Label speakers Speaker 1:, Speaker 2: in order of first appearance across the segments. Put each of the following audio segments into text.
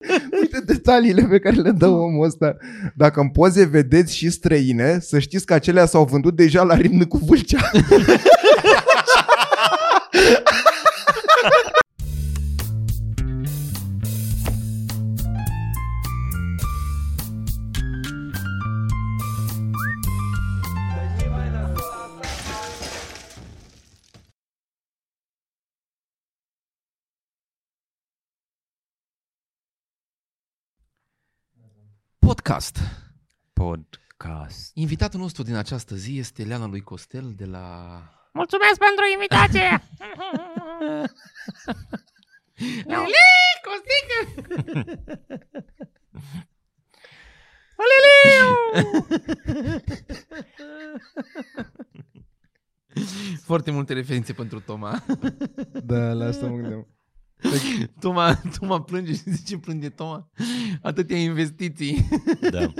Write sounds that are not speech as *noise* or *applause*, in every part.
Speaker 1: *laughs* Uite detaliile pe care le dă omul ăsta. Dacă în poze vedeți și străine, să știți că acelea s-au vândut deja la rimn cu Vâlcea.
Speaker 2: Podcast.
Speaker 3: *laughs* Podcast.
Speaker 2: Invitatul nostru din această zi este Leana lui Costel de la...
Speaker 4: Mulțumesc pentru invitație! Lili, Costică! Liliu!
Speaker 2: Foarte multe referințe pentru Toma.
Speaker 1: Da, la asta mă gândeam.
Speaker 2: *laughs* Toma, Toma plânge și zice plânge Toma. Atâtea investiții,
Speaker 3: Da.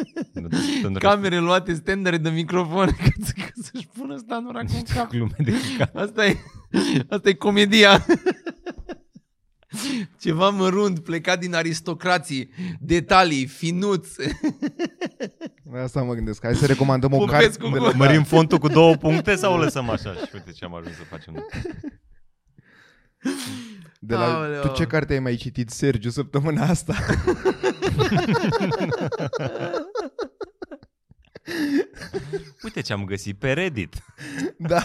Speaker 3: Pentru că
Speaker 2: camere luate, standere de microfon, *laughs* ca să, ca să-și pună stanul acum în cap.
Speaker 3: glume de cap.
Speaker 2: Asta e, asta e comedia. *laughs* Ceva mărunt, plecat din aristocrații, detalii, finuțe.
Speaker 1: La asta mă gândesc. Hai să recomandăm o carte.
Speaker 2: Popescu cu-
Speaker 3: Mărim fontul cu două puncte sau o lăsăm așa? Și uite ce am ajuns să facem.
Speaker 1: De la...
Speaker 2: Aoleo.
Speaker 1: Tu ce carte ai mai citit, Sergiu, săptămâna asta? *laughs*
Speaker 3: Uite ce am găsit pe Reddit.
Speaker 1: Da.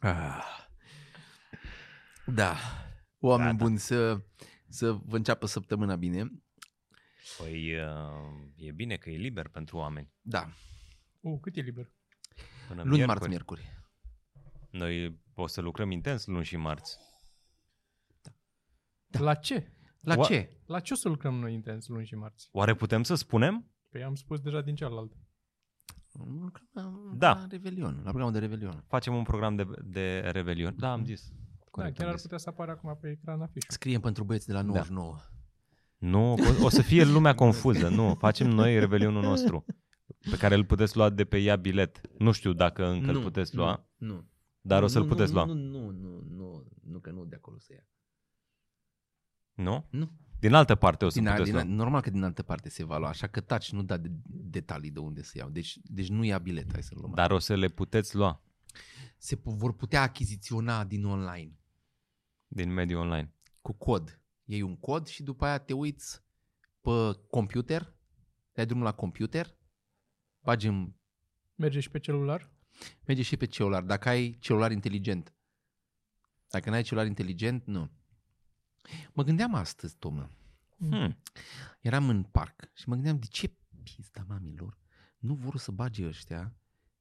Speaker 2: Ah. Da. Oameni
Speaker 3: Da, da.
Speaker 2: buni, să, să vă înceapă săptămâna bine.
Speaker 3: Păi uh, e bine că e liber pentru oameni.
Speaker 2: Da,
Speaker 5: Uh, cât e liber?
Speaker 3: Până
Speaker 2: luni, marți, miercuri.
Speaker 3: Noi o să lucrăm intens luni și marți.
Speaker 2: Da.
Speaker 5: Da. La ce?
Speaker 2: La
Speaker 3: Oa-
Speaker 2: ce?
Speaker 5: La ce o să lucrăm noi intens luni și marți?
Speaker 3: Oare putem să spunem?
Speaker 5: Păi am spus deja din cealaltă. Da,
Speaker 2: La,
Speaker 3: Da.
Speaker 2: La Revelion, la programul de Revelion.
Speaker 3: Facem un program de, de revelion. Da, am zis.
Speaker 5: Da,
Speaker 3: Corect,
Speaker 5: chiar
Speaker 3: am
Speaker 5: ar
Speaker 3: zis.
Speaker 5: putea să apară acum pe ecran afișul.
Speaker 2: Scriem pentru băieți de la 99. Da.
Speaker 3: Nu, o- o să fie lumea confuză. Nu, facem noi revelionul nostru pe care îl puteți lua de pe ea bilet. Nu știu dacă încă îl puteți lua,
Speaker 6: Nu. nu.
Speaker 3: dar o să-l
Speaker 6: Nu,
Speaker 3: puteți
Speaker 6: nu,
Speaker 3: lua.
Speaker 6: Nu, nu, nu, nu, nu, că nu de acolo se ia.
Speaker 3: Nu?
Speaker 6: Nu.
Speaker 3: Din altă parte o să
Speaker 2: Din, a-
Speaker 3: puteți
Speaker 2: din,
Speaker 3: lua.
Speaker 2: a- normal că din altă parte se va lua, așa că taci, nu da de, detalii de unde se iau. Deci, deci nu ia bilet, hai să luăm.
Speaker 3: Dar o să le puteți lua
Speaker 2: Se pu- vor putea achiziționa din online,
Speaker 3: din mediul online.
Speaker 2: cu cod. Iei un cod și după aia te uiți pe computer, dai drumul la computer, bagi în
Speaker 5: Merge și pe celular?
Speaker 2: Merge și pe celular. Dacă ai celular inteligent. Dacă n-ai celular inteligent, nu. Mă gândeam astăzi, Tomă.
Speaker 3: Hmm.
Speaker 2: Eram în parc și mă gândeam de ce pizda mamilor nu vor să bage ăștia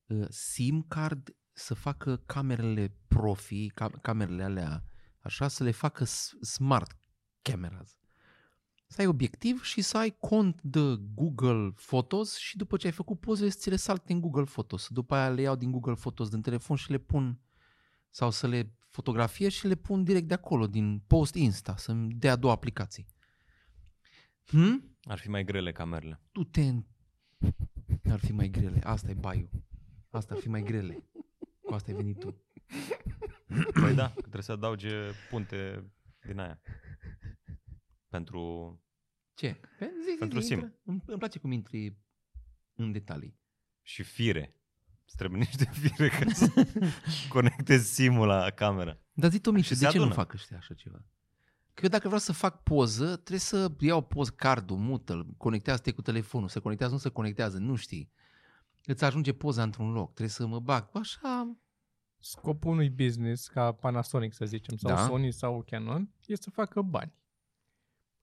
Speaker 2: uh, SIM card să facă camerele profi, cam- camerele alea, așa, să le facă s- smart cameras. Să ai obiectiv și să ai cont de Google Photos și după ce ai făcut pozele să ți le salte în Google Photos. După aia le iau din Google Photos din telefon și le pun sau să le fotografiez și le pun direct de acolo, din post Insta, să-mi dea două aplicații. Hm?
Speaker 3: Ar fi mai grele
Speaker 2: *clears throat*
Speaker 3: camerele.
Speaker 2: tu te în- Ar fi mai grele. Asta e baiul. Asta ar fi mai grele. Cu asta ai venit tu.
Speaker 3: Păi da, că trebuie să adauge punte din aia. Pentru...
Speaker 2: Ce? Pe- Zi, zi,
Speaker 3: Pentru
Speaker 2: zi,
Speaker 3: sim.
Speaker 2: intră. Îmi, îmi place cum intri în detalii.
Speaker 3: și fire. Străbunești de *laughs* fire ca să
Speaker 2: *laughs*
Speaker 3: conectezi simul la cameră.
Speaker 2: Dar zi tu, Mișu,
Speaker 3: se
Speaker 2: de ce nu
Speaker 3: adună.
Speaker 2: fac ăștia așa ceva? Că eu dacă vreau să fac poză, trebuie să iau poz cardul, mută-l, conectează-te cu telefonul, se conectează, nu se conectează, nu știi. Îți ajunge poza într-un loc, trebuie să mă bag. Așa,
Speaker 5: Scopul unui business, ca Panasonic să zicem, sau
Speaker 2: Da.
Speaker 5: da. Sony sau Canon, e să facă bani.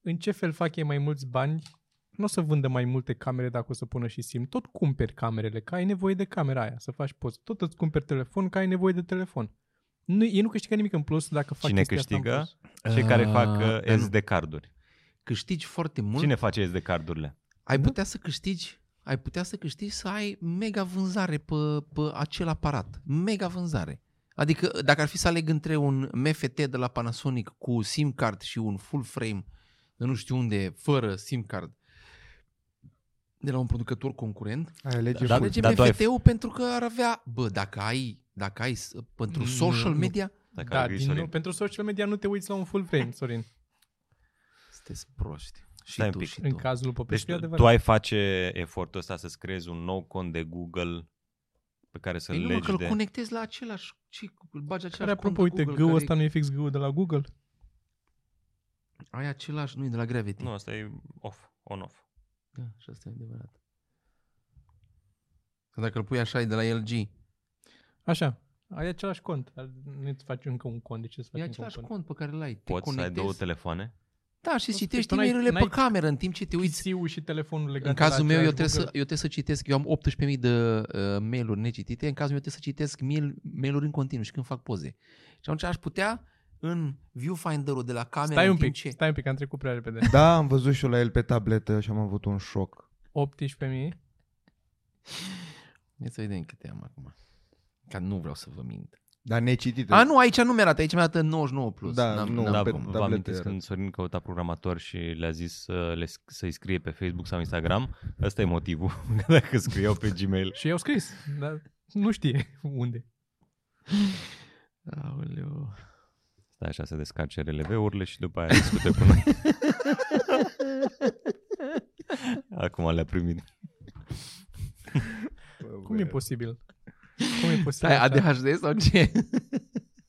Speaker 5: În ce fel fac ei mai mulți bani? Nu o să vândă mai multe camere dacă o să pună și SIM. Tot cumperi camerele, că ai nevoie de camera aia, să faci poze. Tot îți cumperi telefon, că ai nevoie de telefon. Nu, ei nu câștigă nimic în plus dacă fac
Speaker 3: Cine
Speaker 5: chestia asta în
Speaker 3: câștigă?
Speaker 5: plus.
Speaker 3: Cei
Speaker 2: Ah,
Speaker 3: care
Speaker 2: dar
Speaker 3: fac
Speaker 2: nu.
Speaker 3: uh, SD carduri.
Speaker 2: câștigi foarte mult.
Speaker 3: Cine face SD cardurile?
Speaker 2: Ai putea să câștigi ai putea să câștigi să ai mega vânzare pe, pe acel aparat. Mega vânzare. Adică dacă ar fi să aleg între un MFT de la Panasonic cu SIM card și un full frame de nu știu unde, fără SIM card, de la un producător concurent, Deci
Speaker 1: Ai alege da,
Speaker 3: Da, da,
Speaker 2: alege
Speaker 3: dar tu ai-
Speaker 2: MFT-ul pentru că ar avea, bă, dacă ai, dacă ai s- pentru
Speaker 5: Nu,
Speaker 2: social
Speaker 5: nu.
Speaker 2: media,
Speaker 3: Dacă ar
Speaker 5: Da,
Speaker 3: gândi
Speaker 5: din nou,
Speaker 3: Sorin.
Speaker 5: pentru social media nu te uiți la un full frame, Sorin.
Speaker 2: Sunteți proști. Și
Speaker 3: Stai un
Speaker 2: tu
Speaker 3: pic.
Speaker 2: și
Speaker 5: În
Speaker 2: tu.
Speaker 5: cazul
Speaker 3: Deci
Speaker 5: Popescu deci, e
Speaker 3: tu,
Speaker 5: adevărat.
Speaker 3: tu ai face efortul ăsta să-ți creezi un nou cont de Google pe care să-l
Speaker 2: Păi nu mă,
Speaker 3: legi
Speaker 2: că-l
Speaker 3: de...
Speaker 2: conectezi la același, ce, îl bagi același
Speaker 5: Care,
Speaker 2: cont
Speaker 5: apropo,
Speaker 2: de
Speaker 5: uite,
Speaker 2: Google,
Speaker 5: gâul
Speaker 2: care
Speaker 5: ăsta nu e fix gâul de la Google?
Speaker 2: e- Ai același, nu e de la Gravity.
Speaker 3: Nu, asta e off, on-off.
Speaker 2: Da, și asta e adevărat. Că dacă îl pui așa, e de la LG.
Speaker 5: Așa. Ai același cont. Dar Nu-ți faci încă un cont. De ce să faci
Speaker 2: E
Speaker 5: încă un
Speaker 2: același
Speaker 5: cont?
Speaker 2: cont pe care l-ai. Te
Speaker 3: Poți să ai
Speaker 2: conectezi.
Speaker 3: două telefoane?
Speaker 2: Da, și
Speaker 5: Nu,
Speaker 2: citești
Speaker 5: tu n-ai-
Speaker 2: e pe
Speaker 5: n-ai-
Speaker 2: cameră în timp ce te uiți.
Speaker 5: PC-ul și telefonul legat
Speaker 2: În cazul
Speaker 5: la
Speaker 2: meu, eu
Speaker 5: același
Speaker 2: trebuie, să, eu
Speaker 5: Google.
Speaker 2: trebuie să citesc, eu am 18.000 de uh, mail-uri necitite, în cazul meu trebuie să citesc mail- mail-uri în continuu și când fac poze. Și atunci aș putea în viewfinder-ul de la cameră
Speaker 5: Stai
Speaker 2: în
Speaker 5: un
Speaker 2: timp
Speaker 5: pic,
Speaker 2: ce...
Speaker 5: stai un pic, am trecut prea repede.
Speaker 1: Da, am văzut și eu la el pe tabletă și am avut un șoc.
Speaker 5: 18.000.
Speaker 2: Ia să vedem câte am acum. Ca nu vreau să vă mint.
Speaker 1: Dar necitită.
Speaker 2: A, nu, aici nu mi-arată, aici mi-arată 99+. Plus.
Speaker 1: Da,
Speaker 2: N-am-
Speaker 1: nu, Da,
Speaker 2: n-am
Speaker 3: Da,
Speaker 1: pe
Speaker 3: vă,
Speaker 2: cum.
Speaker 3: vă
Speaker 1: tablete
Speaker 3: amintiți
Speaker 1: era.
Speaker 3: când Sorin căuta programator și le-a zis să le, sc- să-i scrie pe Facebook sau Instagram? Ăsta e motivul, *laughs* că dacă scriau pe Gmail.
Speaker 5: Și eu scris, dar nu știe *laughs* unde.
Speaker 2: Aoleu.
Speaker 3: Stai așa să descarce RLV-urile și după aia discute cu
Speaker 1: *laughs*
Speaker 3: noi. Acum le-a primit.
Speaker 1: Bă,
Speaker 5: Cum e
Speaker 1: bă.
Speaker 5: posibil? Cum e posibil?
Speaker 2: Stai,
Speaker 5: așa?
Speaker 2: ADHD sau ce? *laughs*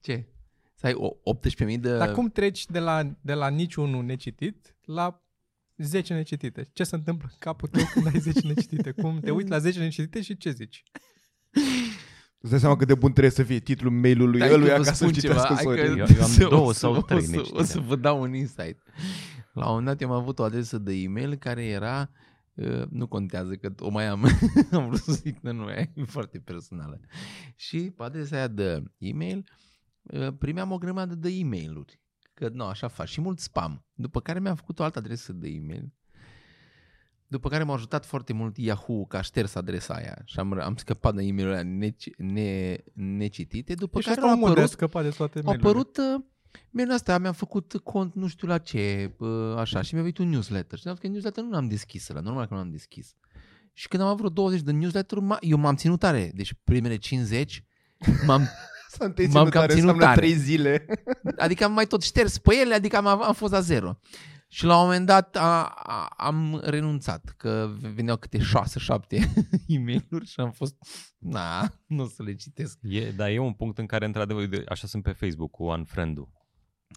Speaker 2: ce? Să ai o- 18.000 de...
Speaker 5: Dar cum treci de la, de la niciunul necitit la 10 necitite? Ce se întâmplă în capul tău când ai 10 necitite? Cum te uiți la 10 necitite și ce zici?
Speaker 1: Îți dai seama cât de bun trebuie să fie titlul mail-ului
Speaker 2: Hai că
Speaker 1: ăluia
Speaker 2: vă
Speaker 1: ca să-l
Speaker 2: spun
Speaker 1: citească
Speaker 2: hai că-
Speaker 1: Sorin.
Speaker 3: Eu-
Speaker 2: *laughs*
Speaker 3: eu am
Speaker 2: să-
Speaker 3: două
Speaker 2: o să-
Speaker 3: sau
Speaker 2: o
Speaker 3: trei deci.
Speaker 2: să-
Speaker 3: necitite.
Speaker 2: O să vă dau un insight. La un moment dat eu am avut o adresă de e-mail care era uh, nu contează că o mai am *laughs* am vrut să zic că nu e foarte personală și pe adresa aia de e-mail uh, primeam o grămadă de e-mail-uri că nu, așa fac și mult spam după care mi-am făcut o altă adresă de e-mail după care m-a ajutat foarte mult Yahoo că a șters adresa aia și am, am scăpat de e-mail-urile alea neci- ne, necitite după
Speaker 5: și
Speaker 2: Păi care
Speaker 5: Deci asta
Speaker 2: au
Speaker 5: omul de a
Speaker 2: apărut
Speaker 5: scăpat de toate
Speaker 2: au
Speaker 5: mail-urile.
Speaker 2: apărut uh, mi-a asta, mi-am făcut cont nu știu la ce, uh, așa, și mi-a venit un newsletter. Și am zis că newsletter nu l-am deschis la normal că nu l-am deschis. Și când am avut vreo 20 de newsletter, m- eu m-am ținut tare. Deci primele 50, m-am, *laughs*
Speaker 1: S-a
Speaker 2: M-am
Speaker 1: întreținut
Speaker 2: cam
Speaker 1: tare,
Speaker 2: ținut
Speaker 1: înseamnă
Speaker 2: tare.
Speaker 1: trei zile.
Speaker 2: adică am mai tot șters pe ele, adică am, am fost la zero. Și la un moment dat a, a, am renunțat, că veneau câte 6-7 *laughs* e mail și am fost, na, nu o să le citesc.
Speaker 3: E, dar e un punct în care, într-adevăr, uite, așa sunt pe Facebook cu unfriend-ul.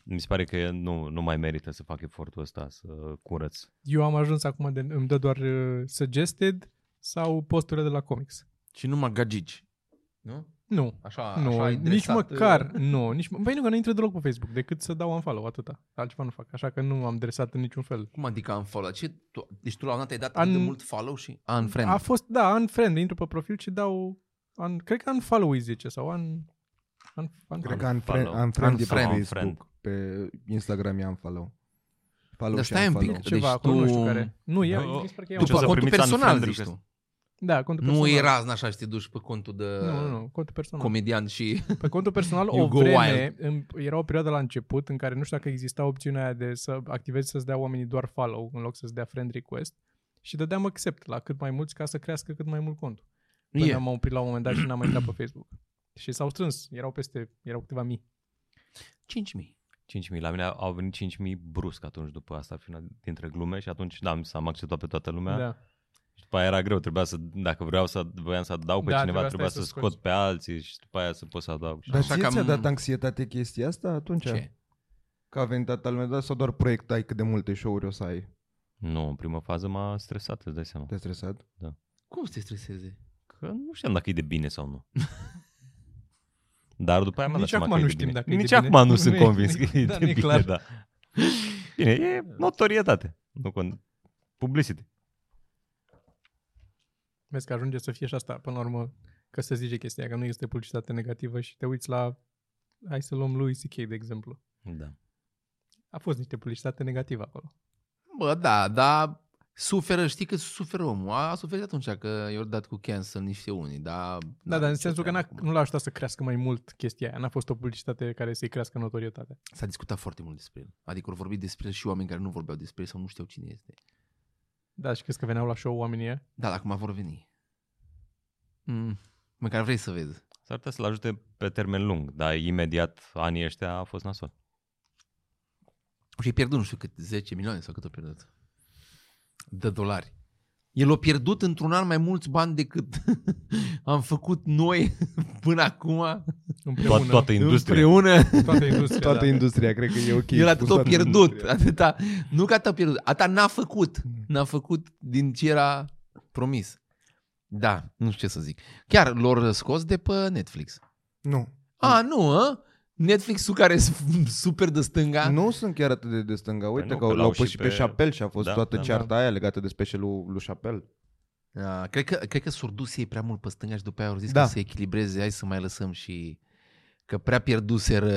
Speaker 3: Mi se pare că nu, nu mai merită să fac efortul ăsta, să curăț.
Speaker 5: Eu am ajuns acum, de, îmi dă doar uh, suggested sau posturile de la comics.
Speaker 2: Și numai gagici. Nu?
Speaker 5: Nu,
Speaker 2: Așa,
Speaker 5: nu,
Speaker 2: așa
Speaker 5: nici
Speaker 2: adresat,
Speaker 5: măcar,
Speaker 2: uh,
Speaker 5: nu, nici, băi, nu că nu intră deloc pe Facebook, decât să dau unfollow, atâta. Altceva nu fac, așa că nu am dresat în niciun fel.
Speaker 2: Cum adică am follow? Ce? Tu, deci tu la un dat ai dat atât de
Speaker 5: An-
Speaker 2: mult follow și an friend.
Speaker 5: A fost, da, unfriend, intru pe profil și dau, un, cred că unfollow îi zice, sau un, un,
Speaker 1: Cred
Speaker 5: un
Speaker 3: Cred
Speaker 1: că
Speaker 3: că
Speaker 1: am friend,
Speaker 3: Unfollow.
Speaker 1: am friend,
Speaker 2: Unfriend.
Speaker 1: pe
Speaker 3: Unfriend.
Speaker 1: Facebook, pe Instagram i-am follow. Follow
Speaker 2: Dar
Speaker 1: și
Speaker 2: stai un pic,
Speaker 1: unfollow.
Speaker 5: Adică ceva
Speaker 2: Deci
Speaker 5: acolo, nu
Speaker 2: tu-
Speaker 5: știu care. Nu, e,
Speaker 3: Nu,
Speaker 5: mi se pare că e
Speaker 3: tu
Speaker 5: un-
Speaker 2: După
Speaker 3: să
Speaker 2: contul
Speaker 3: primiți
Speaker 2: personal,
Speaker 3: unfriend-ul
Speaker 2: zici
Speaker 3: că-
Speaker 2: tu.
Speaker 5: Da, contul
Speaker 2: Nu
Speaker 5: personal.
Speaker 2: e razna așa și te duci pe contul de
Speaker 5: Nu, nu, nu, contul personal.
Speaker 2: comedian și... *laughs*
Speaker 5: Pe contul personal,
Speaker 2: You
Speaker 5: o
Speaker 2: go
Speaker 5: vreme, în, era o perioadă la început în care nu știu dacă exista opțiunea aia de să activezi să-ți dea oamenii doar follow în loc să-ți dea friend request și dădeam accept la cât mai mulți ca să crească cât mai mult contul. Până
Speaker 2: E.
Speaker 5: am oprit la un moment dat și n-am mai intrat pe Facebook. Și s-au strâns, erau peste, erau câteva mii.
Speaker 2: 5.000.
Speaker 3: 5.000. La mine au venit 5.000 brusc atunci după asta, ar fi una dintre glume și atunci da, mi s-am acceptat pe toată lumea. Da. Și după aia era greu, trebuia să, dacă vreau să, voiam să dau pe
Speaker 5: Da,
Speaker 3: da, cineva,
Speaker 5: trebuia să
Speaker 3: trebuia
Speaker 5: stai
Speaker 3: să,
Speaker 5: să
Speaker 3: să
Speaker 5: scoți.
Speaker 3: scot pe alții și după aia să pot să adaug.
Speaker 1: Dar
Speaker 2: Așa
Speaker 1: ție
Speaker 2: că
Speaker 1: ți-a
Speaker 2: am-
Speaker 1: dat anxietate chestia asta atunci?
Speaker 2: Ce?
Speaker 1: Că a venit toată lumea, dar sau doar proiectai cât de multe show-uri o să ai?
Speaker 3: Nu, în prima fază m-a stresat, îți dai seama.
Speaker 5: Da.
Speaker 1: Te-ai stresat?
Speaker 2: Cum să te streseze?
Speaker 3: Că nu știam dacă e de bine sau
Speaker 5: *laughs*
Speaker 3: nu. Dar după aia mi-am dat
Speaker 5: Nici
Speaker 3: seama
Speaker 5: acum
Speaker 3: că e
Speaker 5: nu
Speaker 3: de
Speaker 5: știm
Speaker 3: bine.
Speaker 5: dacă e de
Speaker 3: Nici
Speaker 5: bine.
Speaker 3: acum nu sunt
Speaker 5: Nu e-
Speaker 3: convins că e
Speaker 5: da,
Speaker 3: de
Speaker 5: nu e
Speaker 3: bine,
Speaker 5: clar.
Speaker 3: da. Bine, e notorietate. Nu cont. Publicity.
Speaker 5: Vezi că ajunge să fie și asta, până la urmă, că se zice chestia aia, că nu este publicitate negativă și te uiți la, hai să luăm lui C.K. de exemplu.
Speaker 3: Da.
Speaker 5: A fost niște publicitate negativă acolo.
Speaker 2: Bă, da, dar suferă, știi că suferă omul. A, a suferit atunci că i-au dat cu cancel niște unii, dar...
Speaker 5: Da, dar în sensul că n-a, nu
Speaker 2: n
Speaker 5: l-a ajutat să crească mai mult chestia aia. N-a fost o publicitate care să-i crească notorietatea.
Speaker 2: S-a discutat foarte mult despre el. Adică au vorbit despre el și oameni care nu vorbeau despre el sau nu știau cine este.
Speaker 5: Da, și crezi că veneau la show oamenii ăia?
Speaker 2: Da, acum vor veni. Mm. Măcar vrei să vezi.
Speaker 3: S-ar putea să-l ajute pe termen lung, dar imediat anii ăștia a fost nasol.
Speaker 2: Și ai Păi pierdut nu știu cât, 10 milioane sau cât a pierdut. De dolari. El a pierdut într-un an mai mulți bani decât *laughs* am făcut noi *laughs* până acum
Speaker 5: Împreună.
Speaker 3: Toată, toată industria.
Speaker 2: împreună.
Speaker 5: toată industria.
Speaker 1: Toată
Speaker 5: da.
Speaker 1: industria, cred că e ok.
Speaker 2: El atât
Speaker 1: spus
Speaker 2: a
Speaker 1: toată
Speaker 2: pierdut.
Speaker 1: industria. Mm.
Speaker 2: Atâta, nu că atât a pierdut. Atâta n-a făcut. N-a făcut din ce era promis. Da, nu știu ce să zic. Chiar lor scos de pe Netflix.
Speaker 1: Nu.
Speaker 2: A, nu, a? Netflix-ul care e super de stânga.
Speaker 1: Nu sunt chiar atât de de stânga. Uite
Speaker 3: nu,
Speaker 1: că, l-au pus și pe
Speaker 3: Chappelle
Speaker 1: Chapel și a fost
Speaker 3: Da,
Speaker 1: toată
Speaker 3: da,
Speaker 1: cearta aia legată de specialul lui Chapel.
Speaker 2: A, Ah, cred, că, cred că s-au dus ei prea mult pe stânga și după aia au zis da.
Speaker 1: Da.
Speaker 2: că să echilibreze, hai să mai lăsăm și că prea pierduseră.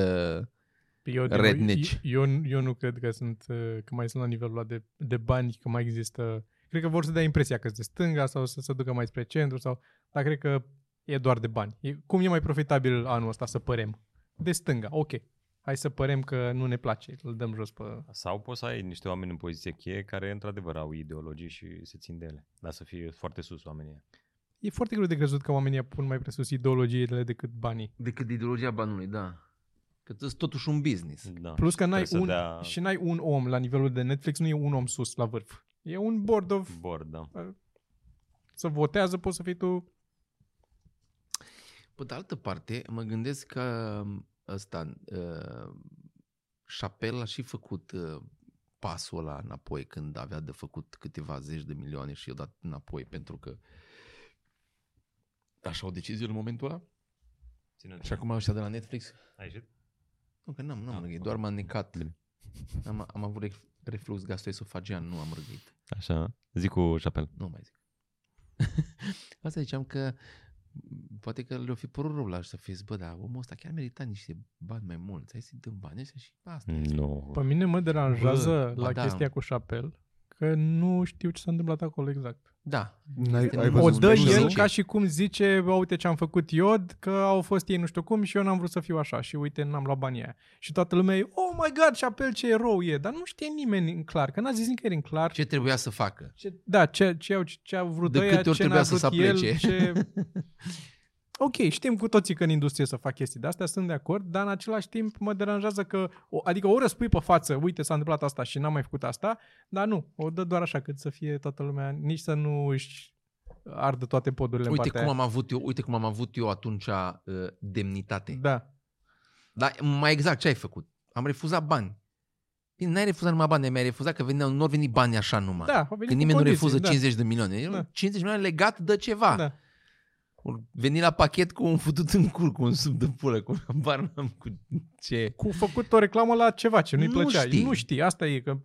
Speaker 5: Eu,
Speaker 2: Rednici.
Speaker 5: Eu, eu, eu nu cred că sunt uh, că mai sunt la nivelul ăla de, de bani, că mai există... Cred că vor să dea impresia că sunt de stânga sau să se ducă mai spre centru sau... Dar cred că e doar de bani. E, cum e mai profitabil anul ăsta să părem? De stânga, ok. Hai să părem că nu ne place, îl dăm jos pe...
Speaker 3: Sau poți să ai niște oameni în poziție cheie care într-adevăr au ideologii și se țin de ele. Dar să fie foarte sus oamenii. ăia.
Speaker 5: E foarte greu de crezut că oamenii pun mai presus ideologiile decât banii.
Speaker 2: Decât ideologia banului, da. Că tu totuși un business.
Speaker 3: Da.
Speaker 5: Plus că n-ai
Speaker 3: Trebuie să
Speaker 5: un,
Speaker 3: dea-
Speaker 5: și n-ai un om la nivelul de Netflix, nu e un om sus la vârf. E un board of...
Speaker 3: Bord, da.
Speaker 5: Să votează, poți să fii tu...
Speaker 2: Pe de altă parte, mă gândesc că mm, ăsta, uh, Chapel a și făcut uh, pasul ăla înapoi când avea de făcut câteva zeci de milioane și i-a dat înapoi pentru că așa au decizie în momentul ăla.
Speaker 3: Ține-te.
Speaker 2: Și acum ăștia de la Netflix,
Speaker 3: Ai ieșit?
Speaker 2: nu că n-am, n-am râgăit, doar m-am necat. Am, am avut ref- reflux gastroesofagian, nu am râgăit.
Speaker 3: Așa, zic cu Chapel.
Speaker 2: Nu mai zic. *laughs* Asta ziceam că poate că le-o fi părut rău la ăștia să fie bă, dar omul ăsta chiar merita niște bani mai mulți. Hai să-i dăm bani ăștia și asta. e."
Speaker 3: Nu.
Speaker 2: Păi,
Speaker 5: Pe mine mă deranjează
Speaker 2: Bă,
Speaker 5: la
Speaker 2: ba da.
Speaker 5: chestia cu șapel că nu știu ce s-a întâmplat acolo exact.
Speaker 2: Da.
Speaker 1: Ai,
Speaker 2: Este
Speaker 1: ai
Speaker 2: numai
Speaker 5: O
Speaker 1: văzut
Speaker 5: dă
Speaker 1: un
Speaker 5: el
Speaker 1: special?
Speaker 5: ca și cum zice, "Bă, uite ce am făcut iod, că au fost ei nu știu cum și eu n-am vrut să fiu așa și uite n-am luat banii aia. Și toată lumea e, oh my god, șapel ce erou e, dar nu știe nimeni în clar, că n-a zis nicăieri în clar.
Speaker 2: Ce trebuia să facă?
Speaker 5: Ce, da, ce, ce, au, ce au vrut
Speaker 2: De
Speaker 5: ăia,
Speaker 2: câte ori
Speaker 5: ce n-a
Speaker 2: trebuia să
Speaker 5: vrut
Speaker 2: se aplece.
Speaker 5: El,
Speaker 2: *laughs*
Speaker 5: ce... Ok, știm cu toții că în industrie să fac chestii de astea, sunt de acord, dar în același timp mă deranjează că, o, adică ori răspui pe față, uite s-a întâmplat asta și n-am mai făcut asta, dar nu, o dă doar așa cât să fie toată lumea, nici să nu își ardă toate podurile
Speaker 2: Uite
Speaker 5: în partea
Speaker 2: cum am avut eu, uite cum am avut eu atunci uh, demnitate.
Speaker 5: aia.
Speaker 2: Da.
Speaker 5: Da,
Speaker 2: Dar mai exact ce ai făcut? Am refuzat bani. Bine, n-ai refuzat numai bani, mi-ai refuzat că veneau, nu au venit bani așa numai.
Speaker 5: da, au venit
Speaker 2: Când
Speaker 5: cu
Speaker 2: nimeni nu
Speaker 5: condiții,
Speaker 2: refuză ah.
Speaker 5: da,
Speaker 2: 50 de milioane. Eu,
Speaker 5: Da.
Speaker 2: 50 de milioane legat de ceva.
Speaker 5: Da.
Speaker 2: Ori Veni la pachet cu un futut în cur, cu un sub de pulă, cu un bar n-am cu ce.
Speaker 5: Cu făcut o reclamă la ceva ce nu-i
Speaker 2: Nu
Speaker 5: plăcea.
Speaker 2: știi.
Speaker 5: Nu știi, asta e că...